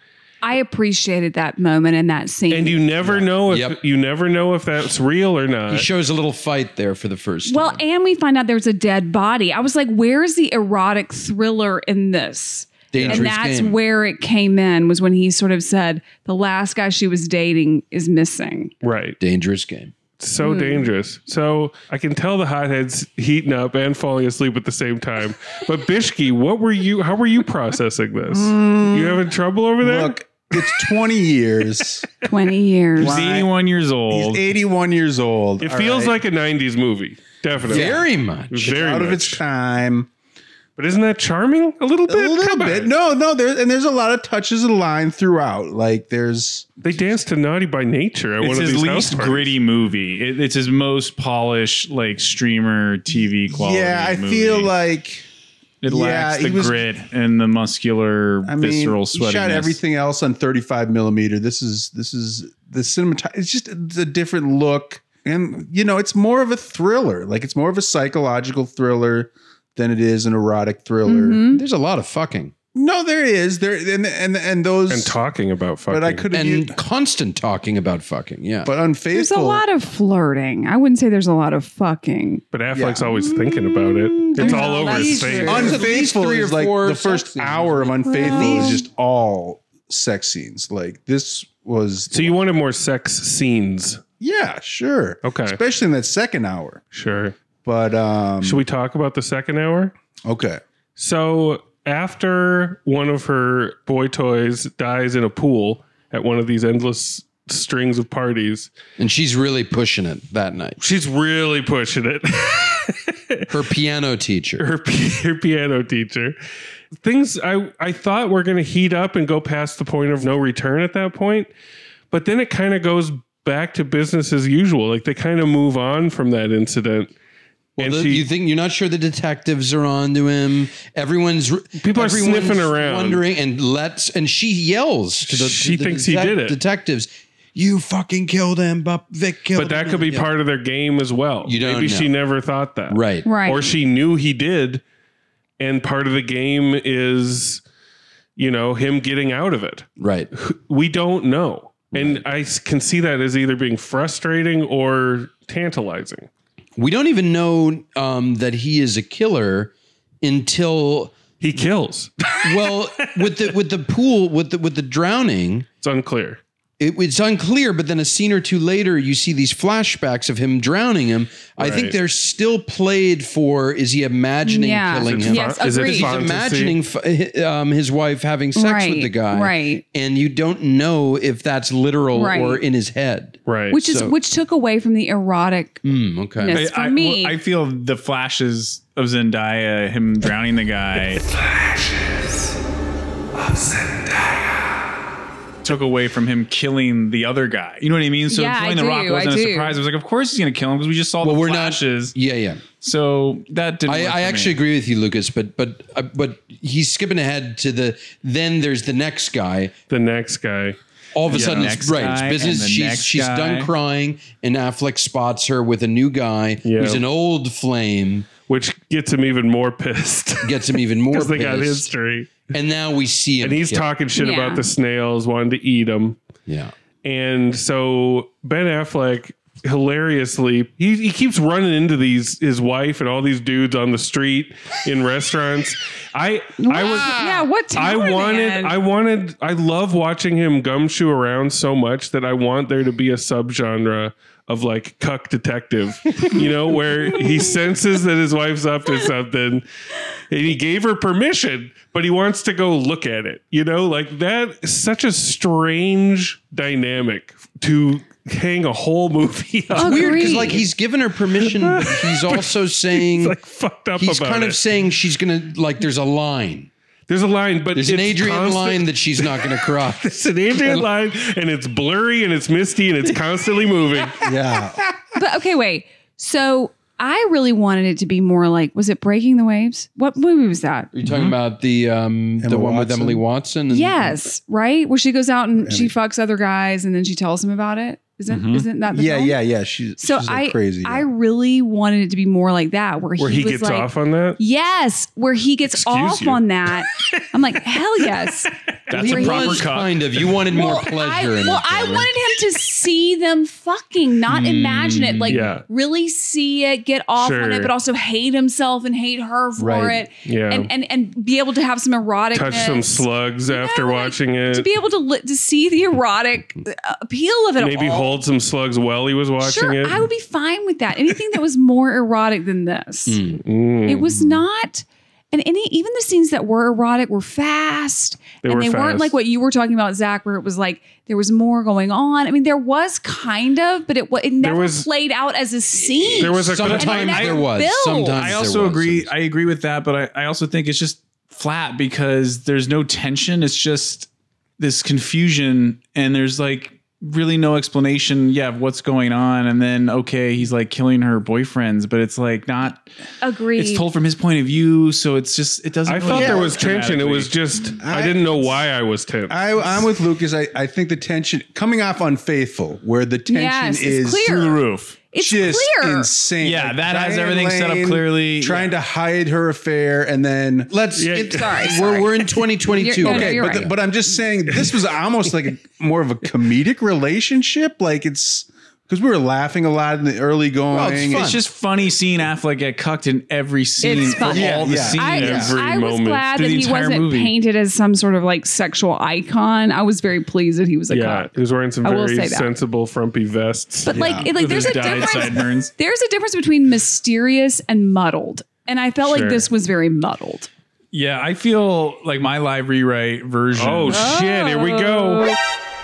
Speaker 9: I appreciated that moment and that scene.
Speaker 4: And you never know if
Speaker 7: Yep.
Speaker 4: you never know if that's real or
Speaker 7: he
Speaker 4: not.
Speaker 7: shows a little fight there for the first
Speaker 9: well,
Speaker 7: time.
Speaker 9: and we find out there's a dead body. I was like, where is the erotic thriller in this?
Speaker 7: Dangerous
Speaker 9: and that's
Speaker 7: game.
Speaker 9: where it came in was when he sort of said, the last guy she was dating is missing.
Speaker 4: right.
Speaker 7: Dangerous game.
Speaker 4: So
Speaker 9: Hmm.
Speaker 4: dangerous. So I can tell the hotheads heating up and falling asleep at the same time. But Bishki, what were you how were you processing this?
Speaker 9: Hmm.
Speaker 4: you having trouble over there?
Speaker 8: Look, it's 20 years.
Speaker 9: 20 years.
Speaker 5: He's
Speaker 8: Why-
Speaker 5: 81 years
Speaker 8: He's
Speaker 5: old.
Speaker 8: 81 years old.
Speaker 4: It
Speaker 8: all
Speaker 4: feels
Speaker 8: right?
Speaker 4: like a '90s movie, definitely.
Speaker 7: Very much.
Speaker 4: very
Speaker 8: out
Speaker 4: much.
Speaker 8: of its time.
Speaker 4: But isn't that charming? A little
Speaker 8: A
Speaker 4: bit.
Speaker 8: little
Speaker 4: Come on.
Speaker 8: bit. No, no, there's and there's a lot of touches of line throughout. Like there's
Speaker 4: They dance to "Naughty by Nature" at one
Speaker 5: It's
Speaker 4: of
Speaker 5: his
Speaker 4: these house
Speaker 5: least
Speaker 4: parties.
Speaker 5: gritty movie. It, it's his most polished, like streamer TV quality.
Speaker 8: Yeah, I
Speaker 5: movie.
Speaker 8: feel like
Speaker 5: it
Speaker 8: yeah,
Speaker 5: lacks
Speaker 8: he
Speaker 5: the
Speaker 8: was-
Speaker 5: grit and the muscular,
Speaker 8: I mean,
Speaker 5: visceral
Speaker 8: he
Speaker 5: sweatiness.
Speaker 8: shot everything else on 35 millimeter. This is this is the cinematography. It's just it's a different look, and you know, it's more of a thriller. Like it's more of a psychological thriller than it is an erotic thriller.
Speaker 9: Mhm.
Speaker 7: There's a lot of fucking
Speaker 8: No, there is there, and and and those.
Speaker 4: and talking about fucking.
Speaker 8: but I could have.
Speaker 7: and
Speaker 8: used-
Speaker 7: constant talking about fucking. Yeah.
Speaker 8: But
Speaker 9: There's a
Speaker 8: unfaithful.
Speaker 9: lot of flirting. I wouldn't say there's a lot of fucking.
Speaker 4: But Affleck's always thinking about it.
Speaker 8: Mm,
Speaker 4: It's all over his
Speaker 7: that's
Speaker 4: face.
Speaker 7: true. Un- There's at least
Speaker 8: unfaithful
Speaker 7: three or
Speaker 8: is like
Speaker 7: four
Speaker 8: the
Speaker 7: sex
Speaker 8: first
Speaker 7: scenes.
Speaker 8: hour of unfaithful
Speaker 9: Well-
Speaker 8: is just all sex scenes. Like this was.
Speaker 4: so you wanted more sex scenes?
Speaker 8: yeah, sure.
Speaker 4: Okay.
Speaker 8: Especially in that second hour.
Speaker 4: Sure.
Speaker 8: But um
Speaker 4: Should we talk about the second hour?
Speaker 8: okay.
Speaker 4: So after one of her boy toys dies in a pool at one of these endless strings of parties,
Speaker 7: And she's really pushing it that night.
Speaker 4: she's really pushing it.
Speaker 7: Her piano teacher.
Speaker 4: her, p- her piano teacher. Things I, I thought were going to heat up and go past the point of no return at that point, but then it kind of goes back to business as usual. Like they kind of move on from that incident.
Speaker 7: Well,
Speaker 4: and
Speaker 7: the-
Speaker 4: she,
Speaker 7: you think you're not sure the detectives are on to him. Everyone's
Speaker 4: People are
Speaker 7: everyone's
Speaker 4: sniffing around.
Speaker 7: wondering, and lets and she yells to the.
Speaker 4: She
Speaker 7: to the
Speaker 4: thinks he did it.
Speaker 7: Detectives, you fucking killed him, but Vic killed.
Speaker 4: but that
Speaker 7: him."
Speaker 4: could be
Speaker 7: Yeah.
Speaker 4: part of their game as well.
Speaker 7: You don't
Speaker 4: Maybe she
Speaker 7: know.
Speaker 4: never thought that.
Speaker 7: right.
Speaker 9: Right.
Speaker 4: Or she knew he did. And part of the game is you know, him getting out of it.
Speaker 7: Right.
Speaker 4: We don't know. And I s- can see that as either being frustrating or tantalizing.
Speaker 7: We don't even know um, that he is a killer until
Speaker 4: he kills.
Speaker 7: well, with the with the pool with the with the drowning,
Speaker 4: it's unclear.
Speaker 7: it's unclear, but then a scene or two later, you see these flashbacks of him drowning him. I think
Speaker 4: Right.
Speaker 7: they're still played for. Is he imagining
Speaker 9: Yeah.
Speaker 7: killing
Speaker 9: Is it
Speaker 7: him?
Speaker 9: fa- Yes, is it agreed.
Speaker 7: he's
Speaker 9: fantasy?
Speaker 7: imagining f- um, his wife having sex
Speaker 9: Right,
Speaker 7: with the guy,
Speaker 9: right.
Speaker 7: And you don't know if that's literal
Speaker 9: Right.
Speaker 7: or in his head,
Speaker 4: right?
Speaker 9: which is which took away from the erotic.
Speaker 5: Hmm,
Speaker 7: Mm, okay.
Speaker 9: Yes, for me-
Speaker 5: I feel the flashes of Zendaya, him drowning the guy,
Speaker 2: Flashes of Zendaya.
Speaker 5: took away from him killing the other guy. You know what I mean? So
Speaker 9: Yeah,
Speaker 5: killing
Speaker 9: I
Speaker 5: the Rock
Speaker 9: do, I
Speaker 5: wasn't a
Speaker 9: do.
Speaker 5: surprise. It was like, of course he's gonna kill him because we just saw the flashes.
Speaker 7: Yeah, yeah.
Speaker 5: So that didn't.
Speaker 7: I,
Speaker 5: work
Speaker 7: I
Speaker 5: for me.
Speaker 7: actually agree with you, Lucas, but but uh, but he's skipping ahead to the then there's the next guy.
Speaker 4: The next guy.
Speaker 7: All of a
Speaker 4: Yeah.
Speaker 7: sudden,
Speaker 4: Next
Speaker 7: it's right.
Speaker 4: guy
Speaker 7: It's
Speaker 4: and the
Speaker 7: business. She's
Speaker 4: next
Speaker 7: she's
Speaker 4: guy.
Speaker 7: done crying, and Affleck spots her with a new guy who's an old flame,
Speaker 4: which gets him even more pissed.
Speaker 7: Gets him even more.
Speaker 4: 'Cause they got
Speaker 7: pissed.
Speaker 4: history.
Speaker 7: And now we see him,
Speaker 4: And he's
Speaker 7: kill-
Speaker 4: talking shit about the snails, wanting to eat them.
Speaker 7: Yeah.
Speaker 4: And so Ben Affleck hilariously he, he keeps running into these his wife and all these dudes on the street in restaurants. I I was
Speaker 9: yeah, what
Speaker 4: I
Speaker 9: town are they
Speaker 4: wanted
Speaker 9: in?
Speaker 4: I wanted I love watching him gumshoe around so much that I want there to be a subgenre of like cuck detective, you know, where he senses that his wife's up to something and he gave her permission, but he wants to go look at it. You know, like that is such a strange dynamic to hang a whole movie
Speaker 7: It's
Speaker 4: on.
Speaker 7: weird because like he's given her permission, but he's also saying
Speaker 4: He's, like, fucked up
Speaker 7: He's
Speaker 4: about
Speaker 7: kind
Speaker 4: it.
Speaker 7: of saying she's gonna like. There's a line.
Speaker 4: There's a line, but
Speaker 7: there's an
Speaker 4: it's
Speaker 7: Adrian
Speaker 4: constant-
Speaker 7: line that she's not gonna cross.
Speaker 4: it's an Adrian line and it's blurry and it's misty and it's constantly moving.
Speaker 7: Yeah.
Speaker 9: But okay, wait. So I really wanted it to be more like was it Breaking the Waves? What movie was that?
Speaker 7: You're talking about the um the one with
Speaker 8: Watson?
Speaker 7: Emily Mm-hmm. Watson. And
Speaker 9: Yes, right. Where she goes out and she fucks other guys, and then she tells him about it. Isn't
Speaker 4: Mm-hmm.
Speaker 8: Mhm.
Speaker 9: isn't that the
Speaker 8: yeah,
Speaker 9: film?
Speaker 8: yeah, yeah. She's
Speaker 9: So
Speaker 8: she's
Speaker 9: I
Speaker 8: like crazy.
Speaker 9: I really wanted it to be more like that, where,
Speaker 4: Where he,
Speaker 9: was
Speaker 4: gets
Speaker 9: like,
Speaker 4: off on that.
Speaker 9: Yes, where he gets off
Speaker 4: you.
Speaker 9: on that. I'm like, hell yes.
Speaker 7: That's
Speaker 9: Where
Speaker 7: a
Speaker 9: he-
Speaker 7: proper cut. Kind of. You wanted more pleasure
Speaker 9: I,
Speaker 7: in
Speaker 9: well,
Speaker 7: it.
Speaker 9: I
Speaker 7: Taylor.
Speaker 9: wanted him to see them fucking, not imagine it, like
Speaker 7: yeah.
Speaker 9: really see it, get off on
Speaker 4: Mm, Sure.
Speaker 9: it, but also hate himself and hate her for
Speaker 4: Right.
Speaker 9: it,
Speaker 4: Yeah.
Speaker 9: and and and be able to have some erotic,
Speaker 4: Touch some slugs after watching it.
Speaker 9: to be able to li- to see the erotic uh, appeal of it.
Speaker 4: Maybe
Speaker 9: all.
Speaker 4: hold some slugs while he was watching
Speaker 9: Sure,
Speaker 4: it.
Speaker 9: I would be fine with that. Anything that was more erotic than this.
Speaker 4: Mm.
Speaker 9: It was not, and any even the scenes that were erotic were fast,
Speaker 4: They
Speaker 9: and
Speaker 4: were
Speaker 9: they weren't
Speaker 4: fast.
Speaker 9: like what you were talking about, Zach, where it was like there was more going on. I mean, there was kind of, but it wa- it never
Speaker 5: was-
Speaker 9: played out as a scene.
Speaker 5: There was a
Speaker 9: And it
Speaker 5: sometimes
Speaker 9: never
Speaker 5: there
Speaker 7: was,
Speaker 9: built.
Speaker 7: sometimes-
Speaker 5: I
Speaker 7: there
Speaker 5: also
Speaker 7: was.
Speaker 5: agree. I agree with that, but I, I also think it's just flat because there's no tension. It's just this confusion, and there's like really no explanation. Yeah, of what's going on, and then okay, he's like killing her boyfriends, but it's like not.
Speaker 9: Agreed.
Speaker 5: It's told from his point of view, so it's just it doesn't.
Speaker 4: I
Speaker 5: really
Speaker 4: felt there
Speaker 5: work
Speaker 4: was tension. It was
Speaker 5: dramatically.
Speaker 4: just I, didn't know why I was tense.
Speaker 8: I, I'm with Lucas. I, I think the tension coming off unfaithful, where the tension
Speaker 9: Yes, it's
Speaker 8: is
Speaker 9: clear. Through the
Speaker 4: roof.
Speaker 9: It's
Speaker 8: just
Speaker 9: clear.
Speaker 8: insane.
Speaker 5: Yeah,
Speaker 8: Like,
Speaker 5: that has
Speaker 8: Diane
Speaker 5: everything set up
Speaker 8: Lane
Speaker 5: clearly.
Speaker 8: Trying to hide her affair, and then
Speaker 7: Let's.
Speaker 8: Yeah.
Speaker 7: it-
Speaker 8: Sorry,
Speaker 7: We're
Speaker 8: sorry.
Speaker 7: we're in 2022.
Speaker 8: okay, but, the- but I'm just saying this was almost like a, more of a comedic relationship. Like it's because we were laughing a lot in the early going.
Speaker 5: Well, it's, just funny seeing Affleck get cucked in every scene.
Speaker 9: It's
Speaker 5: for
Speaker 9: fun.
Speaker 5: all the scenes.
Speaker 9: I, I was glad
Speaker 5: through
Speaker 9: that
Speaker 5: the
Speaker 9: he
Speaker 5: entire
Speaker 9: wasn't
Speaker 5: movie.
Speaker 9: painted as some sort of like sexual icon. I was very pleased that he was a
Speaker 4: yeah,
Speaker 9: cop.
Speaker 4: he was wearing some
Speaker 9: I will
Speaker 4: very
Speaker 9: say that.
Speaker 4: sensible frumpy vests.
Speaker 9: But like, it, like
Speaker 5: With
Speaker 9: there's a
Speaker 5: his dyed
Speaker 9: difference.
Speaker 5: sideburns.
Speaker 9: There's a difference between mysterious and muddled, and I felt
Speaker 5: Sure.
Speaker 9: like this was very muddled.
Speaker 5: Yeah, I feel like my live rewrite version.
Speaker 4: Oh, shit, here we go.
Speaker 9: Oh.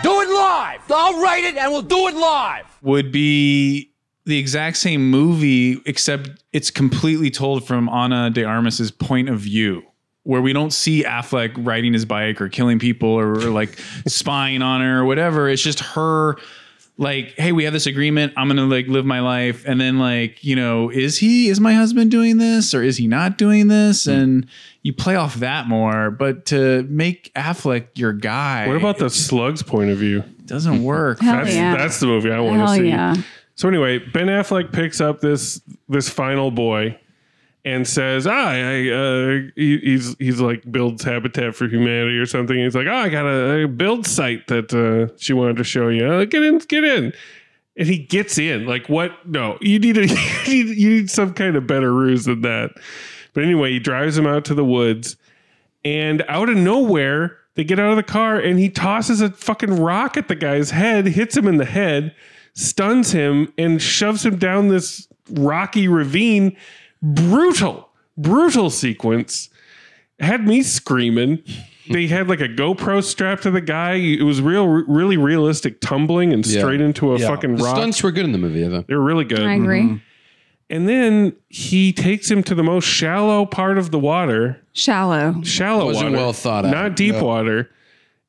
Speaker 11: Do it live. I'll write it and we'll do it live.
Speaker 5: Would be the exact same movie, except it's completely told from Ana de Armas's point of view, where we don't see Affleck riding his bike or killing people or, or, like spying on her or whatever. It's just her. Like, hey, we have this agreement. I'm gonna like live my life, and then like, you know, is he is my husband doing this or is he not doing this?
Speaker 7: Hmm.
Speaker 5: And you play off that more, but to make Affleck your guy,
Speaker 4: What about the slugs point of view?
Speaker 5: doesn't work.
Speaker 9: Hell
Speaker 4: that's
Speaker 9: yeah.
Speaker 4: that's the movie I want
Speaker 9: Hell
Speaker 4: to see.
Speaker 9: yeah.
Speaker 4: So anyway, Ben Affleck picks up this this final boy and says, "Ah, I, uh, he, he's he's like builds Habitat for Humanity or something." he's like, "Oh, I got a, a build site that uh, she wanted to show you. Uh, get in, get in." And he gets in. Like, what? No, you need a you need, you need some kind of better ruse than that. But anyway, he drives him out to the woods, and out of nowhere, they get out of the car, and he tosses a fucking rock at the guy's head, hits him in the head, stuns him, and shoves him down this rocky ravine brutal, brutal sequence. Had me screaming. They had like a GoPro strapped to the guy. It was real, really realistic tumbling and
Speaker 7: Yeah.
Speaker 4: straight into a
Speaker 7: Yeah.
Speaker 4: fucking
Speaker 7: The
Speaker 4: rock.
Speaker 7: stunts were good in the movie, though.
Speaker 4: They were really good.
Speaker 5: Mm-hmm.
Speaker 9: I agree.
Speaker 4: And then he takes him to the most shallow part of the water,
Speaker 9: Shallow.
Speaker 4: shallow
Speaker 7: Wasn't
Speaker 4: water,
Speaker 7: well thought out.
Speaker 4: not deep
Speaker 7: No.
Speaker 4: water,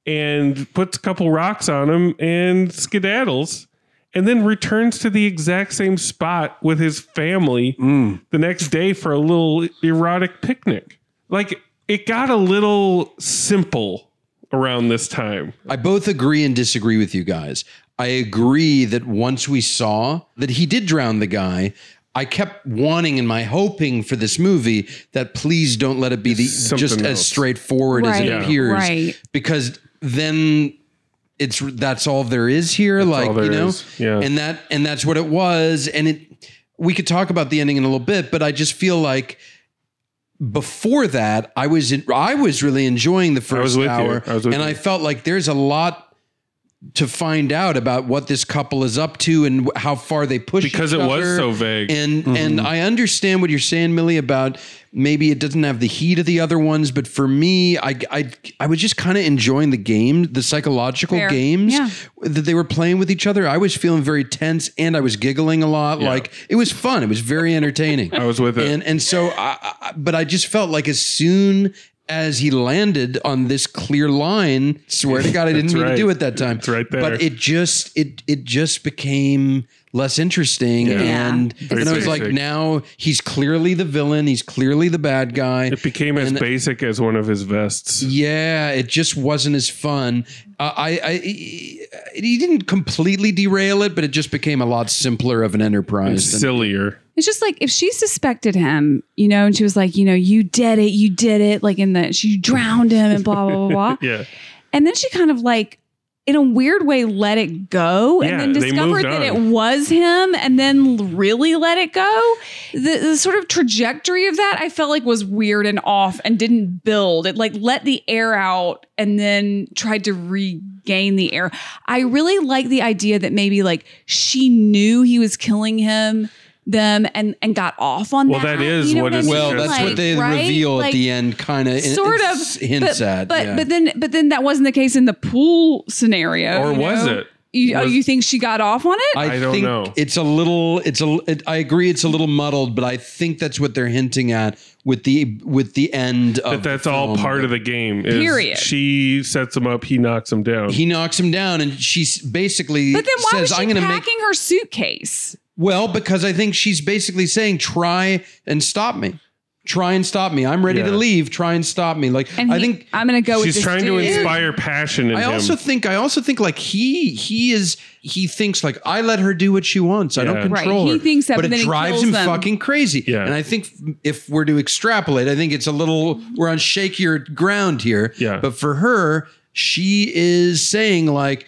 Speaker 4: and puts a couple rocks on him and skedaddles, and then returns to the exact same spot with his family
Speaker 7: Mm.
Speaker 4: the next day for a little erotic picnic. Like it got a little simple around this time.
Speaker 7: I both agree and disagree with you guys. I agree that once we saw that he did drown the guy, I kept wanting and my hoping for this movie that please don't let it be the, just
Speaker 4: something
Speaker 7: as
Speaker 4: else.
Speaker 7: straightforward as
Speaker 9: Right,
Speaker 7: it
Speaker 9: Yeah.
Speaker 7: appears,
Speaker 9: right.
Speaker 7: because then it's that's all there is here, like
Speaker 4: all there
Speaker 7: you know,
Speaker 4: is, yeah.
Speaker 7: and that and that's what it was, and it. We could talk about the ending in a little bit, but I just feel like before that, I was in, I was really enjoying the
Speaker 4: was
Speaker 7: first
Speaker 4: with you.
Speaker 7: hour,
Speaker 4: I was with
Speaker 7: and
Speaker 4: you.
Speaker 7: I felt like there's a lot to find out about what this couple is up to and wh- how far they push
Speaker 4: Because
Speaker 7: each
Speaker 4: it was
Speaker 7: other.
Speaker 4: so vague.
Speaker 7: And and I understand what you're saying, Millie, about maybe it doesn't have the heat of the other ones, but for me, I I, I was just kind of enjoying the game, the psychological
Speaker 9: Fair.
Speaker 7: games
Speaker 9: Yeah.
Speaker 7: that they were playing with each other. I was feeling very tense and I was giggling a lot. Like it was fun. It was very entertaining.
Speaker 4: I was with it.
Speaker 7: And and so, I, I, but I just felt like as soon as he landed on this clear line, swear to God, I didn't
Speaker 4: That's
Speaker 7: mean to
Speaker 4: right.
Speaker 7: do it that time.
Speaker 4: It's right there.
Speaker 7: But it just it it just became less interesting,
Speaker 4: Yeah. Yeah.
Speaker 7: and
Speaker 4: Very
Speaker 7: and I was like,
Speaker 4: basic.
Speaker 7: now he's clearly the villain. He's clearly the bad guy.
Speaker 4: It became as
Speaker 7: And-
Speaker 4: basic as one of his vests.
Speaker 7: yeah, it just wasn't as fun. Uh, I, I, he he didn't completely derail it, but it just became a lot simpler of an enterprise. than-
Speaker 4: Sillier.
Speaker 9: It's just like if she suspected him, you know, and she was like, you know, you did it, you did it, like in the she drowned him and blah blah blah blah.
Speaker 4: Yeah.
Speaker 9: And then she kind of like, in a weird way, let it go
Speaker 4: Yeah,
Speaker 9: and then
Speaker 4: they moved
Speaker 9: discovered that
Speaker 4: on.
Speaker 9: it was him and then really let it go. The, the sort of trajectory of that I felt like was weird and off and didn't build. It like let the air out and then tried to regain the air. I really like the idea that maybe like she knew he was killing him. Them and and got off on
Speaker 4: Well,
Speaker 9: that.
Speaker 4: that is
Speaker 9: You know
Speaker 4: what
Speaker 9: I
Speaker 4: it
Speaker 9: mean?
Speaker 7: Well, that's
Speaker 9: Like,
Speaker 7: what they
Speaker 9: right?
Speaker 7: reveal at
Speaker 9: Like,
Speaker 7: the end, kind of
Speaker 9: sort of
Speaker 7: hints
Speaker 9: but,
Speaker 7: at.
Speaker 9: But
Speaker 7: yeah.
Speaker 9: but then but then that wasn't the case in the pool scenario.
Speaker 4: Or
Speaker 9: you
Speaker 4: was
Speaker 9: know?
Speaker 4: it?
Speaker 9: You, oh,
Speaker 4: Was-
Speaker 9: you think she got off on it?
Speaker 4: I don't
Speaker 7: think
Speaker 4: know.
Speaker 7: It's a little. It's a. It, I agree. It's a little muddled, but I think that's what they're hinting at with the with the end
Speaker 4: That
Speaker 7: of.
Speaker 4: that's all part of the game. Is
Speaker 9: Period.
Speaker 4: She sets him up. He knocks him down.
Speaker 7: He knocks him down, and she s- basically
Speaker 9: but then why
Speaker 7: says,
Speaker 9: was she
Speaker 7: "I'm going to make."
Speaker 9: packing her suitcase?
Speaker 7: Well, because I think she's basically saying, "Try and stop me. Try and stop me. I'm ready to
Speaker 4: Yeah.
Speaker 7: leave. Try and stop me." Like
Speaker 9: And
Speaker 7: I
Speaker 9: he-
Speaker 7: think
Speaker 9: I'm going to go. with
Speaker 4: She's
Speaker 9: this
Speaker 4: trying to
Speaker 9: dude.
Speaker 4: inspire passion in
Speaker 7: I
Speaker 4: him.
Speaker 7: also think I also think like he he is he thinks like I let her do what she wants. I
Speaker 4: Yeah.
Speaker 7: don't
Speaker 4: Right.
Speaker 7: control
Speaker 9: He
Speaker 7: her.
Speaker 9: thinks that,
Speaker 7: but
Speaker 9: but then
Speaker 7: it
Speaker 9: he
Speaker 7: drives
Speaker 9: kills
Speaker 7: him
Speaker 9: them.
Speaker 7: fucking crazy.
Speaker 4: Yeah.
Speaker 7: And I think if we're to extrapolate, I think it's a little we're on shakier ground here.
Speaker 4: Yeah.
Speaker 7: But for her, she is saying like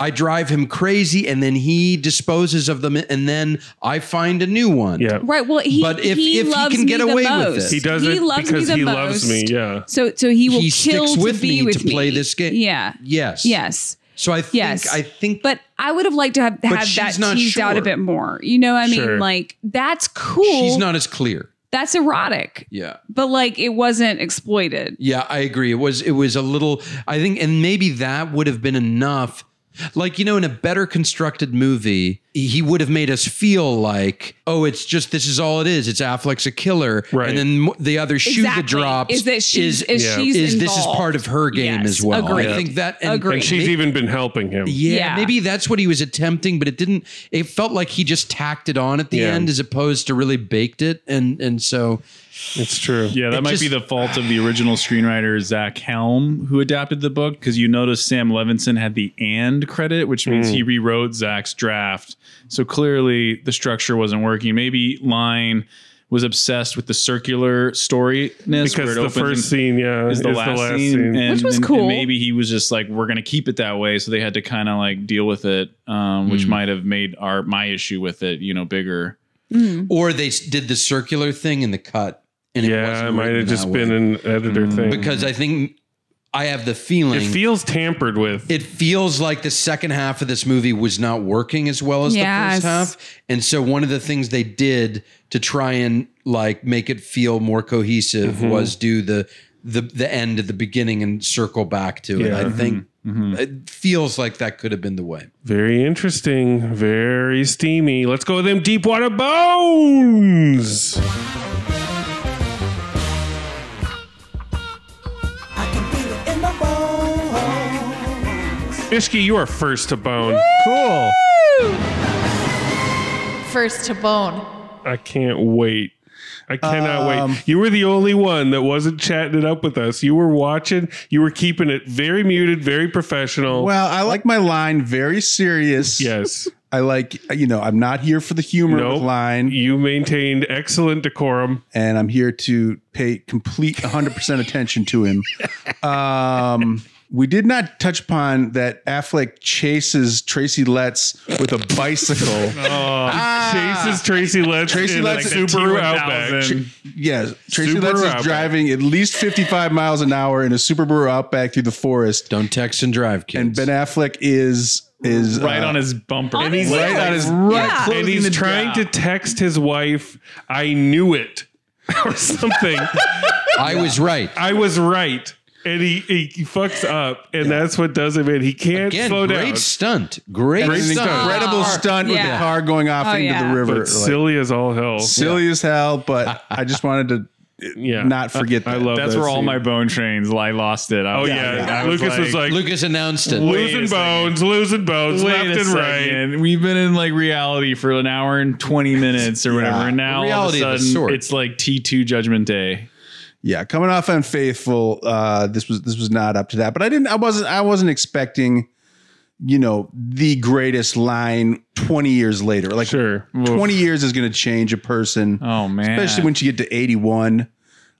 Speaker 7: I drive him crazy, and then he disposes of them, and then I find a new one.
Speaker 4: yeah.
Speaker 9: Right. Well, he
Speaker 7: But if-
Speaker 9: he
Speaker 7: if he
Speaker 9: loves
Speaker 7: can get
Speaker 9: me the
Speaker 7: away with
Speaker 9: most.
Speaker 7: it.
Speaker 4: He does it because he loves me. Yeah.
Speaker 9: So so he will
Speaker 7: He
Speaker 9: kill
Speaker 7: sticks
Speaker 9: to
Speaker 7: with
Speaker 9: be
Speaker 7: me
Speaker 9: with
Speaker 7: to play this game.
Speaker 9: Yeah.
Speaker 7: Yes.
Speaker 9: Yes.
Speaker 7: So I think
Speaker 9: Yes.
Speaker 7: I think
Speaker 9: But I would have liked to have had
Speaker 7: she's
Speaker 9: that
Speaker 7: not
Speaker 9: teased out a
Speaker 7: sure.
Speaker 9: bit more. You know, what I mean,
Speaker 4: Sure.
Speaker 9: like that's cool.
Speaker 7: she's not as clear.
Speaker 9: That's erotic.
Speaker 7: Yeah.
Speaker 9: but like it wasn't exploited.
Speaker 7: Yeah, I agree. It was it was a little I think and maybe that would have been enough. Like, you know, in a better constructed movie, he would have made us feel like, oh, it's just this is all it is. It's Affleck's a killer.
Speaker 4: Right.
Speaker 7: And then mo- the other shoe
Speaker 9: Exactly.
Speaker 7: that drops
Speaker 9: is that she's
Speaker 7: is,
Speaker 9: is
Speaker 4: Yeah.
Speaker 9: she's
Speaker 7: is this is
Speaker 9: involved.
Speaker 7: part of her game
Speaker 9: Yes,
Speaker 7: as well.
Speaker 9: Agreed.
Speaker 7: I think that and,
Speaker 9: Agreed.
Speaker 4: And she's even been helping him.
Speaker 7: yeah,
Speaker 9: Yeah.
Speaker 7: maybe that's what he was attempting, but it didn't it felt like he just tacked it on at the
Speaker 4: Yeah.
Speaker 7: end as opposed to really baked it. And and so
Speaker 4: It's true.
Speaker 5: Yeah, that
Speaker 7: It
Speaker 5: might
Speaker 7: just-
Speaker 5: be the fault of the original screenwriter Zach Helm, who adapted the book, because you notice Sam Levinson had the "and" credit, which means
Speaker 8: Hmm.
Speaker 5: he rewrote Zach's draft. So clearly, the structure wasn't working. Maybe line was obsessed with the circular storyness
Speaker 4: Because the first scene, uh, yeah,
Speaker 5: is the, last, scene, And-
Speaker 9: Which was
Speaker 5: and- and
Speaker 9: cool.
Speaker 5: maybe he was just like, we're gonna keep it that way, so they had to kind of like deal with it, um, which
Speaker 4: Hmm.
Speaker 7: Mm.
Speaker 5: might have made our my issue with it, you know, bigger.
Speaker 9: Hmm.
Speaker 7: Or they s- did the circular thing in the cut. And
Speaker 4: Yeah,
Speaker 7: it, wasn't
Speaker 4: it might
Speaker 7: written
Speaker 4: have just
Speaker 7: that
Speaker 4: been
Speaker 7: way. Mm.
Speaker 4: an editor thing.
Speaker 7: Because I think I have the feeling.
Speaker 4: It feels tampered with.
Speaker 7: It feels like the second half of this movie was not working as well as
Speaker 9: Yes.
Speaker 7: the first half. And so one of the things they did to try and like make it feel more cohesive
Speaker 4: Mhm.
Speaker 7: was do the the the end at the beginning and circle back to it.
Speaker 4: Yeah.
Speaker 7: I think
Speaker 4: Mhm.
Speaker 7: it feels like that could have been the way.
Speaker 4: Very interesting. Very steamy. Let's go with them deep water bones. Bishki, you are first to bone. Cool.
Speaker 12: First to bone.
Speaker 4: I can't wait. I cannot wait. You were the only one that wasn't chatting it up with us. You were watching. You were keeping it very muted, very professional.
Speaker 8: Well, I like my line very serious.
Speaker 4: Yes.
Speaker 8: I like, you know, I'm not here for the humor of
Speaker 4: Nope.
Speaker 8: the line.
Speaker 4: You maintained excellent decorum.
Speaker 8: And I'm here to pay complete 100% attention to him. Um, we did not touch upon that Affleck chases Tracy Letts with a bicycle.
Speaker 4: chases Tracy Letts.
Speaker 8: Tracy
Speaker 4: in,
Speaker 8: Letts
Speaker 4: like,
Speaker 8: in
Speaker 4: Subaru
Speaker 8: T1000.
Speaker 4: Outback.
Speaker 8: Yes, Tracy
Speaker 4: Subaru
Speaker 8: Letts is
Speaker 4: Outback.
Speaker 8: driving at least 55 miles an hour in a Subaru Outback through the forest.
Speaker 7: Don't text and drive, kids.
Speaker 8: And Ben Affleck is is
Speaker 5: Right
Speaker 8: uh,
Speaker 5: on his bumper.
Speaker 4: and he's
Speaker 5: right
Speaker 4: like,
Speaker 5: on his
Speaker 4: right, and he's trying to text his wife, "I knew it," or something.
Speaker 7: I was right.
Speaker 4: I was right, and he he, he fucks up, and that's what does him in. He can't
Speaker 7: Again,
Speaker 4: slow
Speaker 7: great
Speaker 4: down.
Speaker 7: stunt. Great,
Speaker 8: That's an
Speaker 7: stunt.
Speaker 8: incredible stunt with the
Speaker 9: Yeah.
Speaker 8: car going off
Speaker 9: Oh,
Speaker 8: into
Speaker 9: yeah.
Speaker 8: the river.
Speaker 4: But
Speaker 8: Like,
Speaker 4: silly as all hell.
Speaker 8: silly as hell, but I just wanted to
Speaker 4: Yeah.
Speaker 8: not forget
Speaker 4: I
Speaker 8: that.
Speaker 4: love
Speaker 5: That's
Speaker 4: that
Speaker 5: where all
Speaker 4: scene.
Speaker 5: my bone trains. I lost it. I
Speaker 4: Oh
Speaker 5: was
Speaker 4: yeah,
Speaker 5: like- I
Speaker 4: Lucas was like,
Speaker 7: Lucas announced it.
Speaker 5: Wait a
Speaker 4: losing bones, losing bones,
Speaker 5: Wait
Speaker 4: left
Speaker 5: a
Speaker 4: and right.
Speaker 5: second. We've been in like reality for an hour and 20 minutes or whatever. And now
Speaker 8: Reality
Speaker 5: all of
Speaker 8: of a
Speaker 5: a sudden,
Speaker 8: sort.
Speaker 5: it's like T2 Judgment Day.
Speaker 8: Yeah, coming off unfaithful. Uh, this was this was not up to that, but I didn't. I wasn't. I wasn't expecting. You know the greatest line twenty years later. Like
Speaker 4: sure,
Speaker 8: twenty years is going to change a person.
Speaker 5: Oh man,
Speaker 8: especially when you get to eighty one.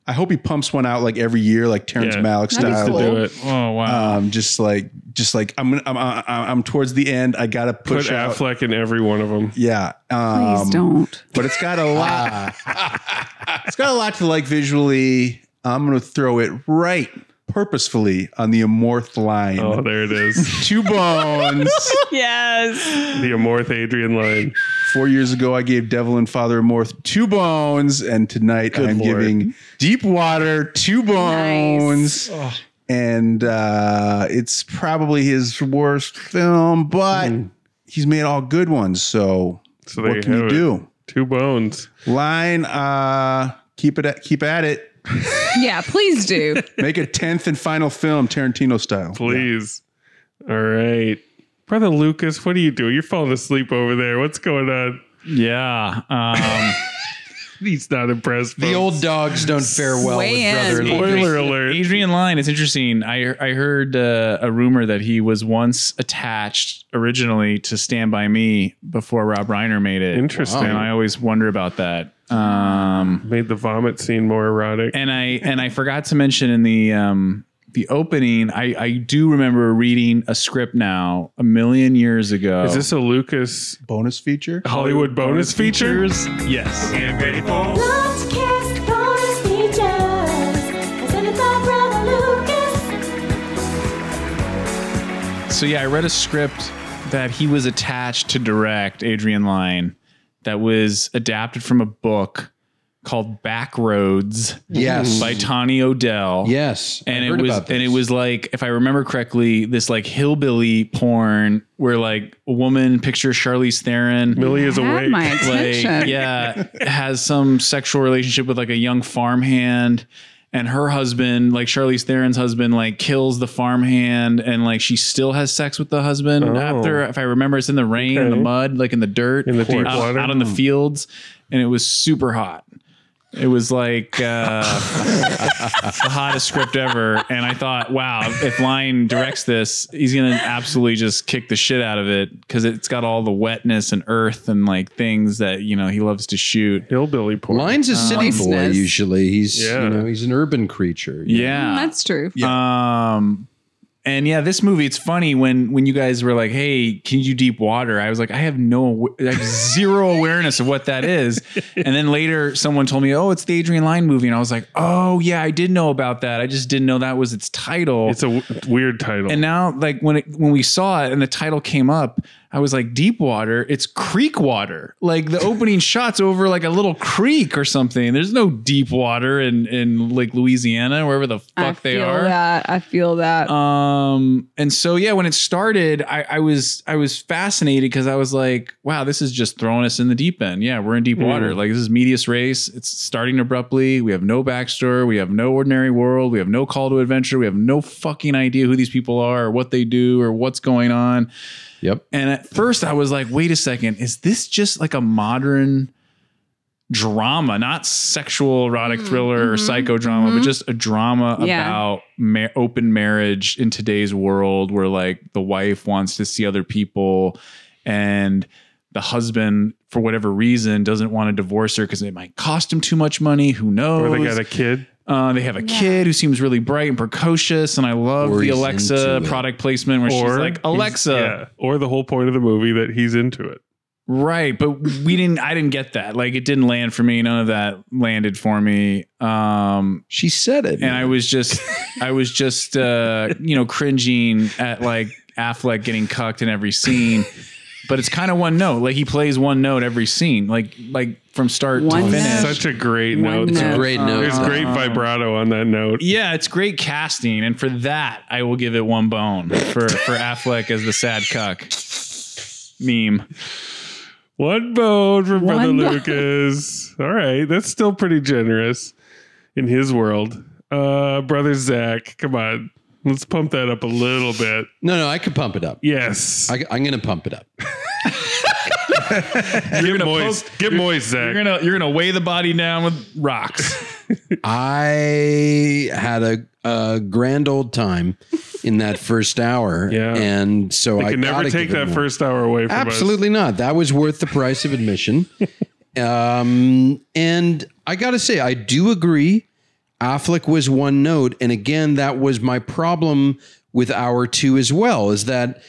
Speaker 8: I hope he pumps one out like every year, like Terrence Malick
Speaker 5: That'd be
Speaker 8: style.
Speaker 5: cool. To do it. Oh wow.
Speaker 8: Um, just like just like I'm gonna- I'm I'm, I'm towards the end. I gotta push
Speaker 4: Put
Speaker 8: out.
Speaker 4: Affleck in every one of them.
Speaker 8: Yeah. Um,
Speaker 9: Please don't.
Speaker 8: But it's got a lot.
Speaker 5: Ah.
Speaker 8: it's got a lot to like visually. I'm going to throw it right purposefully on the amorth line.
Speaker 4: Oh, there it is.
Speaker 8: Two bones.
Speaker 9: yes.
Speaker 4: the Amorth Adrian line.
Speaker 8: Four years ago, I gave Devil and Father Amorth two bones, and tonight
Speaker 4: Good
Speaker 8: I'm
Speaker 4: Lord.
Speaker 8: giving Deep Water two bones. And uh, it's probably his worst film, but
Speaker 4: Hmm.
Speaker 8: he's made all good ones. So,
Speaker 4: So there
Speaker 8: what can
Speaker 4: have
Speaker 8: you
Speaker 4: it.
Speaker 8: do?
Speaker 4: Two bones.
Speaker 8: Line, uh, keep it, at, keep at it.
Speaker 9: Yeah, please do.
Speaker 8: Make a tenth and final film, Tarantino style.
Speaker 4: Please. All right. Brother Lucas, what are you doing? You're falling asleep over there. What's going on?
Speaker 5: Yeah. Um,
Speaker 4: He's not impressed.
Speaker 7: The old dogs don't fare well
Speaker 9: Way in.
Speaker 7: with brother. Lucas.
Speaker 4: Spoiler alert.
Speaker 5: Adrian Lyne, it's interesting. I I heard uh, a rumor that he was once attached originally to Stand By Me before Rob Reiner made it.
Speaker 4: Interesting.
Speaker 5: And I always wonder about that. Um,
Speaker 4: Made the vomit scene more erotic.
Speaker 5: and I and I forgot to mention in the um, the opening, I I do remember reading a script now a million years ago.
Speaker 4: Is this a Lucas
Speaker 8: Bonus feature.
Speaker 4: Hollywood bonus, feature?
Speaker 5: features? Yes. So yeah, I read a script that he was attached to direct Adrian Lyne that was adapted from a book called Backroads
Speaker 7: Yes.
Speaker 5: by Tawny Odell.
Speaker 7: Yes, I
Speaker 5: And
Speaker 7: heard
Speaker 5: it was
Speaker 7: about
Speaker 5: and it
Speaker 7: this.
Speaker 5: was like if I remember correctly, this like hillbilly porn where like a woman picture Charlize Theron
Speaker 4: Millie is
Speaker 9: Had
Speaker 4: awake.
Speaker 9: my
Speaker 5: like
Speaker 9: attention.
Speaker 5: yeah has some sexual relationship with like a young farmhand and her husband like Charlize Theron's husband like kills the farmhand and like she still has sex with the husband
Speaker 4: Oh.
Speaker 5: after if I remember it's in the rain in the
Speaker 4: Okay.
Speaker 5: mud like in the dirt
Speaker 4: In the deep
Speaker 5: out,
Speaker 4: water?
Speaker 5: out in the fields and it was super hot
Speaker 4: It was like uh, the hottest script ever, and I thought, wow, if Line directs this, he's gonna absolutely just kick the shit out of it because it's got all the wetness and earth and like things that you know he loves to shoot. Um,
Speaker 13: Hillbilly porn.
Speaker 7: Line's a city boy usually. He's
Speaker 4: Yeah.
Speaker 7: you know he's an urban creature.
Speaker 4: Yeah,
Speaker 9: Mm, that's true.
Speaker 4: Um, and yeah, this movie, it's funny when when you guys were like, "Hey, can you deep water?" I was like, "I have no, awa- I have zero awareness of what that is." And then later, someone told me, "Oh, it's the Adrian Lyne movie," and I was like, "Oh yeah, I did know about that. I just didn't know that was its title."
Speaker 13: It's a w- weird title.
Speaker 4: and now, like when it, when we saw it and the title came up, I was like, "Deep water? It's creek water." Like the opening shots over like a little creek or something. There's no deep water in in like Louisiana, wherever the fuck
Speaker 9: I
Speaker 4: they
Speaker 9: feel
Speaker 4: are.
Speaker 9: that. I feel that.
Speaker 4: Um, and so yeah, when it started, I, I was I was fascinated because I was like, wow, this is just throwing us in the deep end. Yeah, we're in deep
Speaker 13: Mhm.
Speaker 4: water. Like this is medias race. It's starting abruptly. We have no backstory. We have no ordinary world. We have no call to adventure. We have no fucking idea who these people are or what they do or what's going on.
Speaker 7: Yep.
Speaker 4: And at first, I was like, wait a second, is this just like a modern? drama, not sexual erotic thriller or psychodrama, but just a drama
Speaker 9: Yeah.
Speaker 4: about ma- open marriage in today's world where like the wife wants to see other people and the husband for whatever reason doesn't want to divorce her because it might cost him too much money. Who knows?
Speaker 13: Or they got a kid.
Speaker 4: Uh, they have a kid who seems really bright and precocious, and I love
Speaker 7: Or
Speaker 4: the
Speaker 7: he's into
Speaker 4: Alexa
Speaker 7: it.
Speaker 4: product placement where she's like,
Speaker 13: he's-
Speaker 4: "Alexa,
Speaker 13: yeah, or the whole point of the movie that he's into it.
Speaker 4: Right, but we didn't I didn't get that. Like it didn't land for me. None of that landed for me. Um
Speaker 7: She said it.
Speaker 4: and I was just I was just uh you know cringing at like Affleck getting cucked in every scene. But it's kind of one note. Like he plays one note every scene. Like like from start
Speaker 9: One
Speaker 4: to finish.
Speaker 9: note.
Speaker 13: Such a great note.
Speaker 7: it's a
Speaker 9: note.
Speaker 7: great note.
Speaker 13: Uh, There's great
Speaker 7: Uh-huh.
Speaker 13: vibrato on that note.
Speaker 4: Yeah, it's great casting, and for that, I will give it one bone for for Affleck as the sad cuck meme.
Speaker 13: One bone for Brother
Speaker 9: One bone.
Speaker 13: Lucas. All right. That's still pretty generous in his world. Uh Brother Zach, come on. Let's pump that up a little bit.
Speaker 7: no, no, I could pump it up.
Speaker 13: Yes.
Speaker 7: I, I'm going to pump it up.
Speaker 13: Get moist. Get moist, Zach.
Speaker 4: You're gonna you're gonna weigh the body down with rocks.
Speaker 7: I had a, a grand old time in that first hour.
Speaker 13: Yeah.
Speaker 7: And so
Speaker 13: I
Speaker 7: I
Speaker 13: can never
Speaker 7: gotta
Speaker 13: take
Speaker 7: give it
Speaker 13: that
Speaker 7: more.
Speaker 13: first hour away from
Speaker 7: Absolutely not. That was worth the price of admission. um, and I got to say, I do agree. Affleck was one note. And again, that was my problem with hour two as well, is that,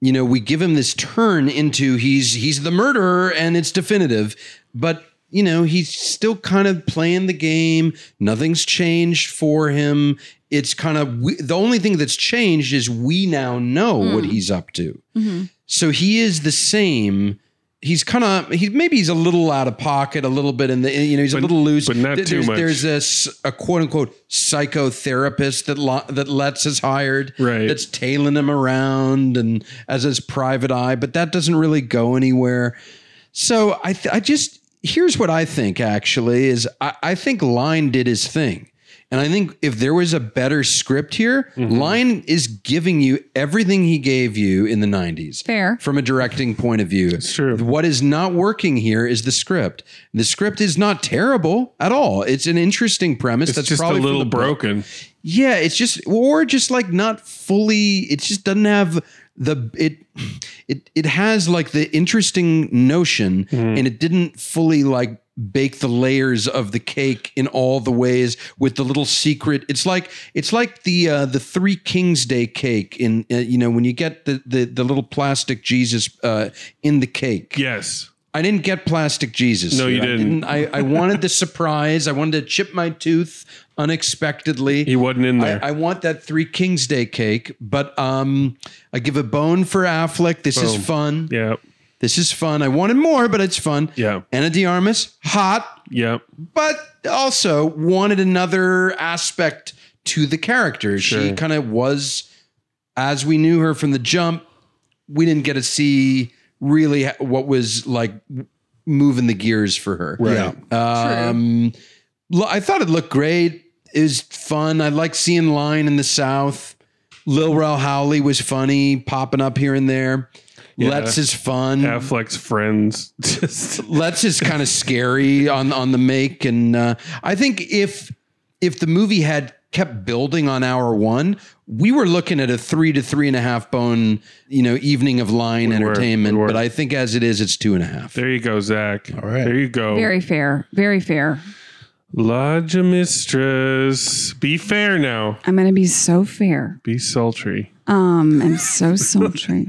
Speaker 7: you know, we give him this turn into he's he's the murderer and it's definitive. But you know, he's still kind of playing the game. Nothing's changed for him. It's kind of we, the only thing that's changed is we now know what
Speaker 13: Hmm.
Speaker 7: he's up to.
Speaker 13: Mm-hmm.
Speaker 7: So he is the same. He's kind of he maybe he's a little out of pocket, a little bit in the you know he's
Speaker 13: But-
Speaker 7: a little loose,
Speaker 13: but not
Speaker 7: There-
Speaker 13: too
Speaker 7: there's,
Speaker 13: much.
Speaker 7: There's this a quote unquote psychotherapist that lo- that Letts has hired,
Speaker 13: Right.
Speaker 7: That's tailing him around and as his private eye, but that doesn't really go anywhere. So I th- I just here's what I think actually is I, I think Line did his thing. And I think if there was a better script here, Line is giving you everything he gave you in the 90s
Speaker 9: Fair.
Speaker 7: from a directing point of view. It's
Speaker 13: true.
Speaker 7: What is not working here is the script. The script is not terrible at all. It's an interesting
Speaker 13: us.
Speaker 7: premise.
Speaker 13: It's
Speaker 7: that's
Speaker 13: just a
Speaker 7: probably from
Speaker 13: little
Speaker 7: the book.
Speaker 13: broken.
Speaker 7: Yeah, it's just or just like not fully. It just doesn't have the it. It it has like the interesting notion,
Speaker 13: Mm-hmm.
Speaker 7: and it didn't fully like bake the layers of the cake in all the ways with the little secret. It's like it's like the uh, the Three Kings Day cake in uh, you know when you get the the, the little plastic Jesus uh, in the cake.
Speaker 13: Yes.
Speaker 7: I didn't get plastic Jesus.
Speaker 13: No,
Speaker 7: here.
Speaker 13: you
Speaker 7: I
Speaker 13: didn't.
Speaker 7: I, I wanted the surprise. I wanted to chip my tooth unexpectedly.
Speaker 13: He wasn't in there.
Speaker 7: I, I want that Three Kings Day cake, but um, I give a bone for Affleck. This
Speaker 13: Boom.
Speaker 7: is fun.
Speaker 13: yeah.
Speaker 7: This is fun. I wanted more, but it's fun.
Speaker 13: Yeah.
Speaker 7: Anna Diarmas, hot,
Speaker 13: Yeah.
Speaker 7: but also wanted another aspect to the character. She
Speaker 13: Sure.
Speaker 7: kind of was, as we knew her from the jump, we didn't get to see really ha- what was like moving the gears for her.
Speaker 13: Right.
Speaker 7: Um, lo- I thought it looked great. It was fun. I like seeing Line in the South. Lil Rel Howley was funny, popping up here and there.
Speaker 4: Yeah.
Speaker 7: Let's is fun.
Speaker 4: Affleck's friends.
Speaker 7: Let's is kind of scary on on the make, and uh, I think if if the movie had kept building on hour one, we were looking at a three to three and a half bone, you know, evening of line
Speaker 4: were,
Speaker 7: entertainment.
Speaker 4: we were.
Speaker 7: But I think as it is, it's two and a half.
Speaker 4: There you go, Zach. All right. There you go.
Speaker 9: Very fair. Very fair.
Speaker 4: Lodge a mistress. Be fair now.
Speaker 9: I'm going to be so fair.
Speaker 4: Be sultry.
Speaker 9: Um, I'm so sultry.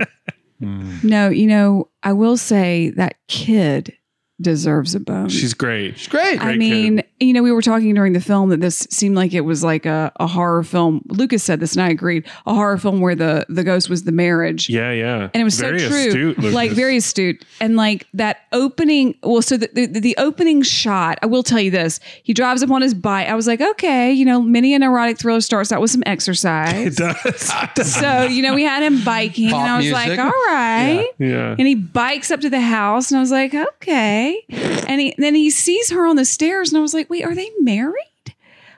Speaker 4: Hmm.
Speaker 9: no, you know, I will say that kid deserves a bone.
Speaker 4: She's great. She's
Speaker 7: great.
Speaker 9: I mean, you know, we were talking during the film that this seemed like it was like a, a horror film. Lucas said this, and I agreed. A horror film where the the ghost was the marriage.
Speaker 4: Yeah, yeah.
Speaker 9: And it was
Speaker 4: Very
Speaker 9: so true,
Speaker 4: astute, Lucas.
Speaker 9: like very astute, and like that opening. Well, so the, the the opening shot. I will tell you this: he drives up on his bike. I was like, okay, you know, mini and erotic thriller starts out with some exercise.
Speaker 4: It does.
Speaker 9: so you know, we had him biking,
Speaker 4: Pop
Speaker 9: and I was
Speaker 4: music.
Speaker 9: like, all right.
Speaker 4: Yeah.
Speaker 9: And he bikes up to the house, and I was like, okay. And he, then he sees her on the stairs, and I was like, wait, are they married?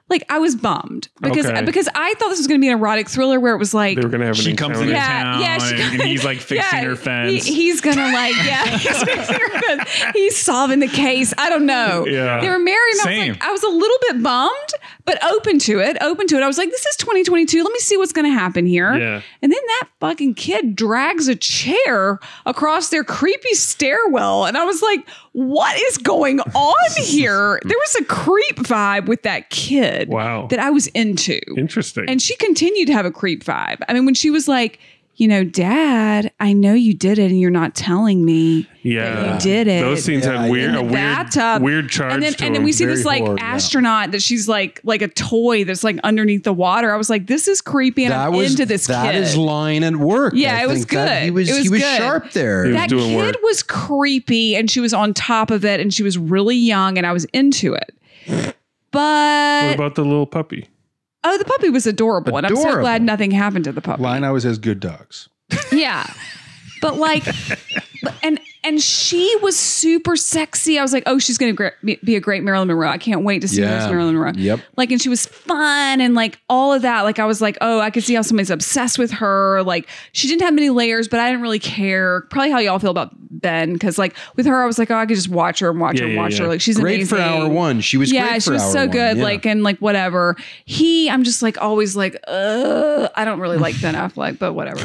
Speaker 9: Like I was bummed because
Speaker 4: Okay.
Speaker 9: because I thought this was going to be an erotic thriller where it was like
Speaker 4: they were gonna have an
Speaker 5: She comes into
Speaker 4: encounter.
Speaker 5: town
Speaker 9: yeah, she
Speaker 5: and
Speaker 9: comes-
Speaker 5: he's like fixing
Speaker 9: yeah,
Speaker 5: her
Speaker 9: he-
Speaker 5: fence.
Speaker 9: he's gonna like yeah, he's fixing her fence. He's solving the case. I don't know.
Speaker 5: Yeah.
Speaker 9: they were married. And I was
Speaker 5: Same.
Speaker 9: like, I was a little bit bummed, but open to it. Open to it. I was like, this is 2022. Let me see what's gonna happen here.
Speaker 4: Yeah.
Speaker 9: And then that fucking kid drags a chair across their creepy stairwell, and I was like, what is going on here? There was a creep vibe with that kid.
Speaker 4: Wow.
Speaker 9: That I was into.
Speaker 4: Interesting.
Speaker 9: And she continued to have a creep vibe. I mean, when she was like, you know, dad, I know you did it and you're not telling me.
Speaker 4: yeah.
Speaker 9: you did it.
Speaker 4: Those scenes
Speaker 9: Yeah,
Speaker 4: had weird,
Speaker 9: yeah.
Speaker 4: a
Speaker 9: In the
Speaker 4: weird,
Speaker 9: bathtub.
Speaker 4: weird charge.
Speaker 9: and then
Speaker 4: to
Speaker 9: and then
Speaker 4: them.
Speaker 9: we see
Speaker 4: Very
Speaker 9: this like
Speaker 4: hard, yeah.
Speaker 9: astronaut that she's like like a toy that's like underneath the water. I was like, this is creepy and I'm into this
Speaker 7: that
Speaker 9: kid.
Speaker 7: is line at work.
Speaker 9: yeah,
Speaker 7: I
Speaker 9: it was
Speaker 7: think
Speaker 9: good.
Speaker 7: that He was,
Speaker 9: it was
Speaker 7: he was
Speaker 9: good.
Speaker 7: sharp there.
Speaker 9: that kid was creepy and she was on top of it and she was really young and I was into it.
Speaker 4: What
Speaker 9: But
Speaker 4: about the little puppy?
Speaker 9: oh, the puppy was adorable, and I'm so
Speaker 8: Adorable.
Speaker 9: glad nothing happened to the puppy.
Speaker 8: Line always has good dogs.
Speaker 9: Yeah. But like, but- and and she was super sexy. I was like, oh, she's gonna gr- be be a great Marilyn Monroe. I can't wait to see her as Marilyn Monroe.
Speaker 7: Yep.
Speaker 9: Like, and she was fun and like all of that. Like, I was like, oh, I could see how somebody's obsessed with her. Like, she didn't have many layers, but I didn't really care. Probably how y'all feel about Ben, because like with her, I was like, oh, I could just watch her and watch
Speaker 7: Yeah,
Speaker 9: her and
Speaker 7: yeah,
Speaker 9: watch
Speaker 7: yeah.
Speaker 9: her. Like, she's
Speaker 7: Great
Speaker 9: amazing.
Speaker 7: for hour one. She was
Speaker 9: yeah,
Speaker 7: great
Speaker 9: she
Speaker 7: for
Speaker 9: was
Speaker 7: hour
Speaker 9: so
Speaker 7: one.
Speaker 9: good.
Speaker 7: Yeah.
Speaker 9: Like, and like whatever. He, I'm just like always like, uh, I don't really like Ben Affleck, but whatever.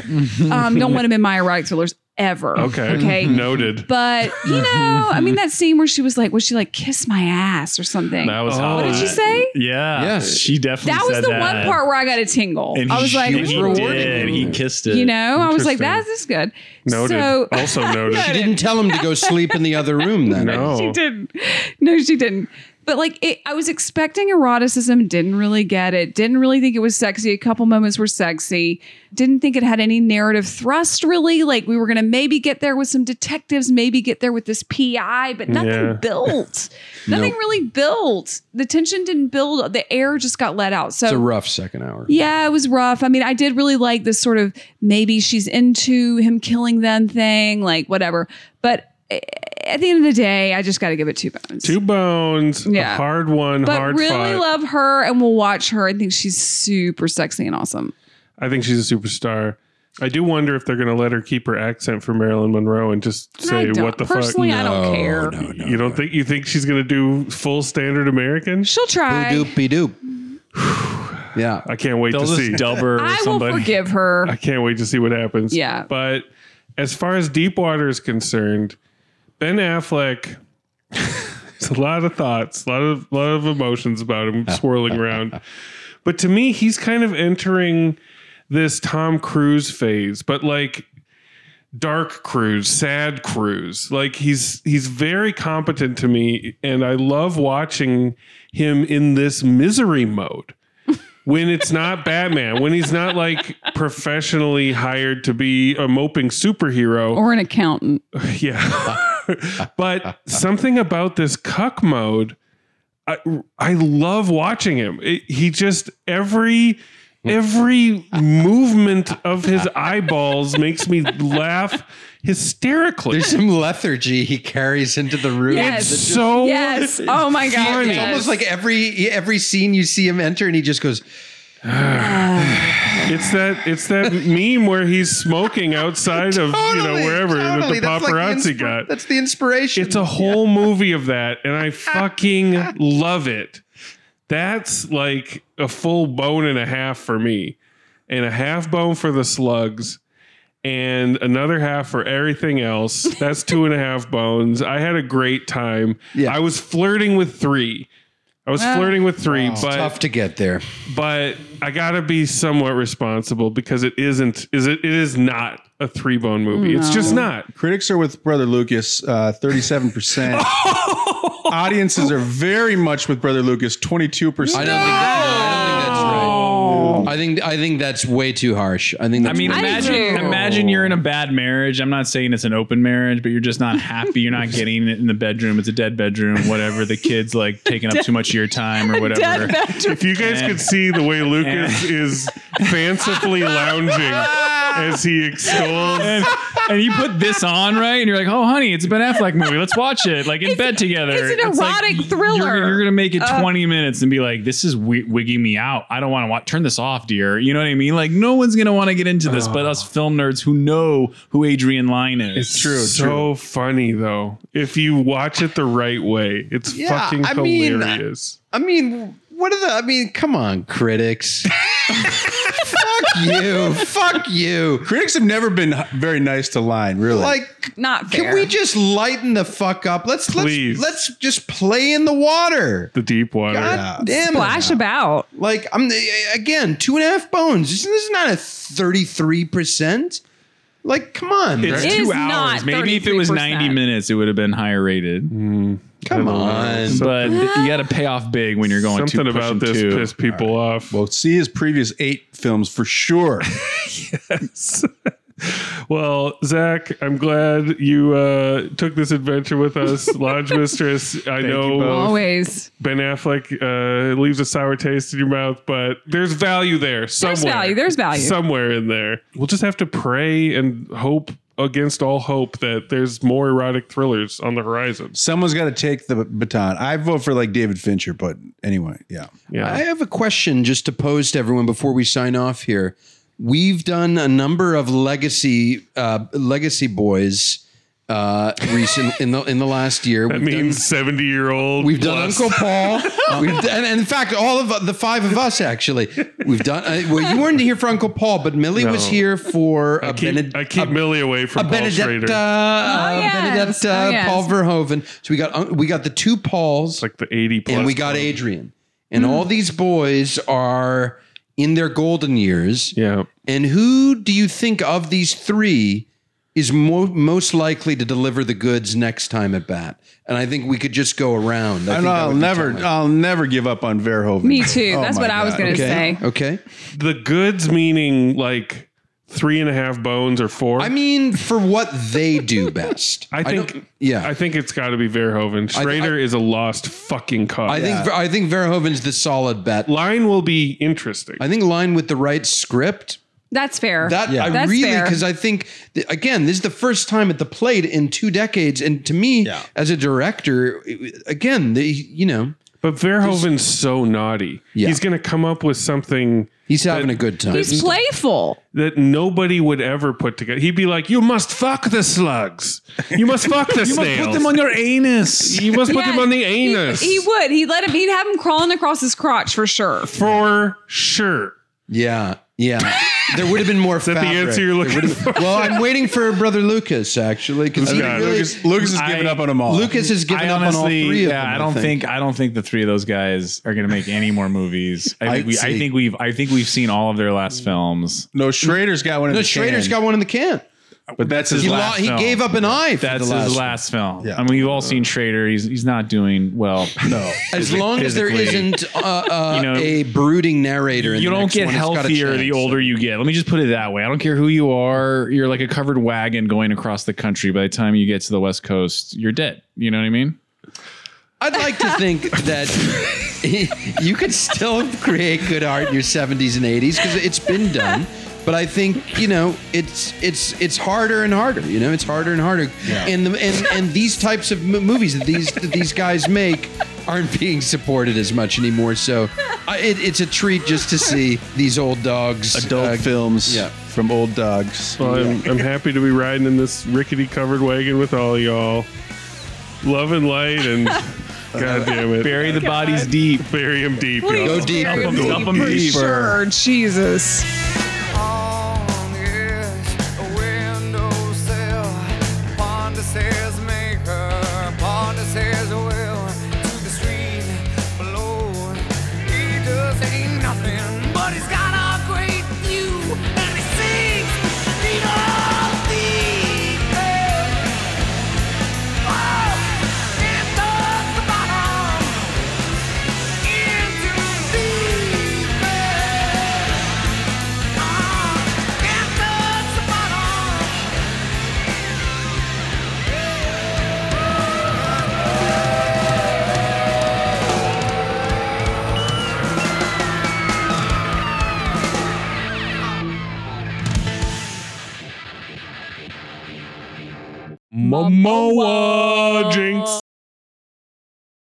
Speaker 9: Um, don't want him in my erotic thrillers ever.
Speaker 4: Okay.
Speaker 9: Okay.
Speaker 4: Noted.
Speaker 9: But you know, I mean, that scene where she was like, was she like kiss my ass or something?
Speaker 5: That was
Speaker 9: What did
Speaker 5: hot.
Speaker 9: she say?
Speaker 5: Yeah.
Speaker 7: Yes.
Speaker 5: She definitely
Speaker 9: That was
Speaker 5: said
Speaker 9: the
Speaker 5: that.
Speaker 9: one part where I got a tingle.
Speaker 5: And
Speaker 9: I was
Speaker 5: he,
Speaker 9: like,
Speaker 5: and he
Speaker 9: "Ooh."
Speaker 5: did. He kissed it.
Speaker 9: you know, I was like,
Speaker 7: Interesting.
Speaker 9: that's this is good.
Speaker 7: Noted.
Speaker 9: So,
Speaker 7: Also
Speaker 9: noted.
Speaker 7: She didn't tell him to go sleep in the other room then.
Speaker 9: she didn't. No, she didn't. But like, it, I was expecting eroticism, didn't really get it. Didn't really think it was sexy. A couple moments were sexy. Didn't think it had any narrative thrust, really. Like, we were going to maybe get there with some detectives, maybe get there with this PI, but nothing
Speaker 4: Yeah.
Speaker 9: built. nothing
Speaker 7: Nope.
Speaker 9: really built. The tension didn't build. The air just got let out. So,
Speaker 7: It's a rough second hour.
Speaker 9: yeah, it was rough. I mean, I did really like this sort of maybe she's into him killing them thing, like whatever. But eh, at the end of the day, I just got to give it two bones.
Speaker 4: Two bones.
Speaker 9: Yeah.
Speaker 4: A hard one.
Speaker 9: but
Speaker 4: hard
Speaker 9: really
Speaker 4: fought.
Speaker 9: love her and will watch her and think she's super sexy and awesome.
Speaker 4: I think she's a superstar. I do wonder if they're going to let her keep her accent for Marilyn Monroe and just say
Speaker 9: don't-
Speaker 4: what the
Speaker 9: personally, I
Speaker 4: fuck.
Speaker 9: don't No, care.
Speaker 4: you don't think you think she's going to do full standard American?
Speaker 9: She'll try.
Speaker 7: Doopy doop. yeah,
Speaker 4: I can't wait
Speaker 5: They'll
Speaker 4: to
Speaker 5: just
Speaker 4: see.
Speaker 5: dub her or
Speaker 9: I will
Speaker 4: somebody.
Speaker 9: forgive her.
Speaker 4: I can't wait to see what happens.
Speaker 9: Yeah.
Speaker 4: But as far as Deepwater is concerned, Ben Affleck, it's a lot of thoughts, a lot of lot of emotions about him swirling around. But to me, he's kind of entering this Tom Cruise phase, but like dark cruise sad cruise like he's he's very competent to me and i love watching him in this misery mode when it's not batman when he's not like professionally hired to be a moping superhero
Speaker 9: Or an accountant.
Speaker 4: yeah but something about this cuck mode i i love watching him It- he just every every movement of his eyeballs makes me laugh hysterically
Speaker 7: There's some lethargy he carries into the room.
Speaker 9: Yes.
Speaker 7: That just-
Speaker 4: so
Speaker 9: Yes. Oh my God.
Speaker 7: It's
Speaker 9: yes.
Speaker 7: almost like every every scene you see him enter, and he just goes.
Speaker 4: It's that it's that meme where he's smoking outside of you know
Speaker 7: Totally,
Speaker 4: wherever
Speaker 7: totally.
Speaker 4: that the
Speaker 7: That's like the
Speaker 4: paparazzi
Speaker 7: inspi-
Speaker 4: got.
Speaker 7: That's the inspiration.
Speaker 4: It's a whole movie of that, and I fucking love it. That's like a full bone and a half for me, and a half bone for the slugs, and another half for everything else. That's two and a half bones. I had a great time. I was flirting with three. I was
Speaker 7: Well.
Speaker 4: flirting with three,
Speaker 7: It's
Speaker 4: but
Speaker 7: tough to get there.
Speaker 4: but I gotta be somewhat responsible because it isn't is it it is not a three bone movie. It's just not.
Speaker 8: Critics are with Brother Lucas, uh, thirty-seven percent. Audiences are very much with Brother Lucas, twenty-two percent.
Speaker 7: I don't think I
Speaker 8: think I think that's way too harsh. I think
Speaker 5: I mean, imagine imagine you're in
Speaker 9: Oh.
Speaker 5: a bad marriage. I'm not saying it's an open marriage, but you're just not happy. You're not getting it in the bedroom. It's a dead bedroom. Whatever. The kids like taking up too much of your time or whatever.
Speaker 4: If you guys could see the way Lucas is fancifully lounging as he extols.
Speaker 5: And, and you put this on, right? And you're like, oh, honey, it's a Ben Affleck movie. Let's watch it, like in bed together.
Speaker 9: it's an
Speaker 5: like,
Speaker 9: erotic
Speaker 5: you're-
Speaker 9: thriller.
Speaker 5: You're, gonna make it
Speaker 9: Uh,
Speaker 5: 20 minutes and be like, this is wi- wigging me out. I don't want to watch. Turn this off, dear. You know what I mean? Like, no one's gonna want to get into
Speaker 9: Oh.
Speaker 5: this, but us film nerds who know who Adrian Lyne is. It's true.
Speaker 4: so funny though. If you watch it the right way, it's
Speaker 7: Yeah,
Speaker 4: fucking
Speaker 7: I mean,
Speaker 4: hilarious.
Speaker 7: I mean, what are the? I mean, come on, critics. Fuck you. Fuck you.
Speaker 8: Critics have never been h- very nice to Line, really.
Speaker 7: Like,
Speaker 9: Not fair.
Speaker 7: can we just lighten the fuck up? Let's
Speaker 4: Please.
Speaker 7: let's let's just play in the water.
Speaker 4: the deep water.
Speaker 7: God damn it.
Speaker 9: splash about?
Speaker 7: Like I'm again two and a half bones. This is not a thirty three percent. Like come on,
Speaker 5: It's
Speaker 7: bro.
Speaker 9: It
Speaker 5: two
Speaker 9: is
Speaker 5: hours.
Speaker 9: not
Speaker 5: Maybe if it was 90
Speaker 9: 33%.
Speaker 5: minutes, it would have been higher rated.
Speaker 7: come on.
Speaker 5: But you got to pay off big when you're going
Speaker 4: Something
Speaker 5: to
Speaker 4: about this
Speaker 5: two.
Speaker 4: pissed people off.
Speaker 8: well, see his previous eight films for sure.
Speaker 4: Well, Zach, I'm glad you uh, took this adventure with us, Lodge Mistress. I know
Speaker 9: Always.
Speaker 4: Ben Affleck uh, leaves a sour taste in your mouth, but there's value there somewhere.
Speaker 9: value, there's value.
Speaker 4: somewhere in there. We'll just have to pray and hope against all hope that there's more erotic thrillers on the horizon.
Speaker 8: Someone's got to take the baton. I vote for like David Fincher, but anyway, yeah.
Speaker 4: Yeah,
Speaker 7: I have a question just to pose to everyone before we sign off here. We've done a number of legacy uh, legacy boys uh, recent in the in the last year.
Speaker 4: that
Speaker 7: We've done-
Speaker 4: means seventy year old.
Speaker 7: We've done Uncle Paul. We've done, and in fact, all of the five of us actually. We've done. Uh, well, you weren't here for Uncle Paul, but Millie was
Speaker 4: No.
Speaker 7: here for a,
Speaker 4: I keep,
Speaker 7: Bened-
Speaker 4: I keep Millie away
Speaker 7: a
Speaker 4: from Paul
Speaker 7: Benedetta,
Speaker 4: Schrader.
Speaker 7: uh,
Speaker 9: Oh, yes.
Speaker 7: Benedetta,
Speaker 9: Oh, yes.
Speaker 7: Paul Verhoeven. So we got uh, we got the two Pauls,
Speaker 4: It's like the eighty plus.
Speaker 7: and we got
Speaker 4: club.
Speaker 7: Adrian,
Speaker 4: Hmm.
Speaker 7: and all these boys are in their golden years.
Speaker 4: Yeah.
Speaker 7: And who do you think of these three is mo- most likely to deliver the goods next time at bat? And I think we could just go around. I
Speaker 8: I know,
Speaker 7: think that
Speaker 8: I'll
Speaker 7: would be
Speaker 8: never,
Speaker 7: fine.
Speaker 4: uh,
Speaker 8: I'll never give up on Verhoeven.
Speaker 9: Me too.
Speaker 8: Oh
Speaker 9: That's
Speaker 8: my
Speaker 9: what I was
Speaker 8: God.
Speaker 9: going to
Speaker 7: Okay.
Speaker 9: say.
Speaker 7: Okay.
Speaker 4: The goods meaning like three and a half bones or four.
Speaker 7: I mean, for what they do best.
Speaker 4: I think
Speaker 7: don't- yeah.
Speaker 4: I think it's got to be Verhoeven.
Speaker 7: I-
Speaker 4: Schrader is a lost fucking cause.
Speaker 7: I think I think Verhoeven's the solid bet.
Speaker 4: line will be interesting.
Speaker 7: I think line with the right script.
Speaker 9: That's fair.
Speaker 7: That I
Speaker 9: That's
Speaker 7: really
Speaker 9: fair.
Speaker 7: because I think th- again this is the first time at the plate in two decades, and to me as a director, it- again the you know
Speaker 4: but Verhoeven's so naughty.
Speaker 7: Yeah.
Speaker 4: He's going to come up with something
Speaker 7: he's having a good time.
Speaker 9: He's playful.
Speaker 4: that nobody would ever put together. He'd be like, "You must fuck the slugs. You must fuck the
Speaker 5: You must
Speaker 4: snails.
Speaker 5: put them on your anus.
Speaker 4: you must put
Speaker 9: Yeah,
Speaker 4: them on the
Speaker 9: he-
Speaker 4: anus
Speaker 9: He, would. He'd let him. He'd have him crawling across his crotch for sure.
Speaker 4: for sure."
Speaker 7: Yeah, yeah. There would have been more. Is
Speaker 4: that the answer you're looking for?
Speaker 7: Well, I'm waiting for brother Lucas actually because he
Speaker 4: God.
Speaker 7: really,
Speaker 8: Lucas, Lucas has given
Speaker 5: I-
Speaker 8: up on them all.
Speaker 7: Lucas has given
Speaker 5: I
Speaker 7: up on all
Speaker 5: honestly,
Speaker 7: three of
Speaker 5: yeah,
Speaker 7: them.
Speaker 5: I don't think. I don't think the three of those guys are going to make any more movies. I
Speaker 8: I
Speaker 5: think, we, I
Speaker 8: see.
Speaker 5: think we've. I think we've seen all of their last films.
Speaker 8: no, Schrader's got one. In
Speaker 7: No,
Speaker 8: the
Speaker 7: Schrader's
Speaker 8: can,
Speaker 7: got one in the can.
Speaker 8: but that's his
Speaker 7: He, lo-
Speaker 8: last.
Speaker 7: he
Speaker 5: film.
Speaker 7: gave up an eye. For
Speaker 5: That's
Speaker 7: the last
Speaker 5: his
Speaker 7: one.
Speaker 5: last film.
Speaker 8: Yeah.
Speaker 5: I mean, we've all seen Trader. He's he's not doing well.
Speaker 8: no,
Speaker 7: As long as there
Speaker 5: physically.
Speaker 7: isn't uh, uh,
Speaker 5: You know,
Speaker 7: a brooding narrator, in
Speaker 5: you
Speaker 7: the
Speaker 5: don't
Speaker 7: next
Speaker 5: get
Speaker 7: one, it's got a
Speaker 5: healthier the
Speaker 7: chance.
Speaker 5: older you get. Let me just put it that way. I don't care who you are. You're like a covered wagon going across the country. By the time you get to the West Coast, you're dead. You know what I mean?
Speaker 7: I'd like to think that you could still create good art in your 70s and 80s because it's been done. But I think you know it's it's it's harder and harder. You know, it's harder and harder. And the and, and these types of m- movies that these that these guys make aren't being supported as much anymore. So I, it, it's a treat just to see these old dogs.
Speaker 8: Adult
Speaker 7: uh,
Speaker 8: films
Speaker 7: Yeah.
Speaker 8: from old dogs.
Speaker 14: Well, I'm, I'm happy to be riding in this rickety covered wagon with all y'all. Love and light and God damn it.
Speaker 15: Bury the bodies
Speaker 14: deep. Bury them deep.
Speaker 9: Please
Speaker 14: y'all.
Speaker 9: bury him
Speaker 14: Go
Speaker 9: deep for sure. Jesus.
Speaker 14: Momoa Jinx.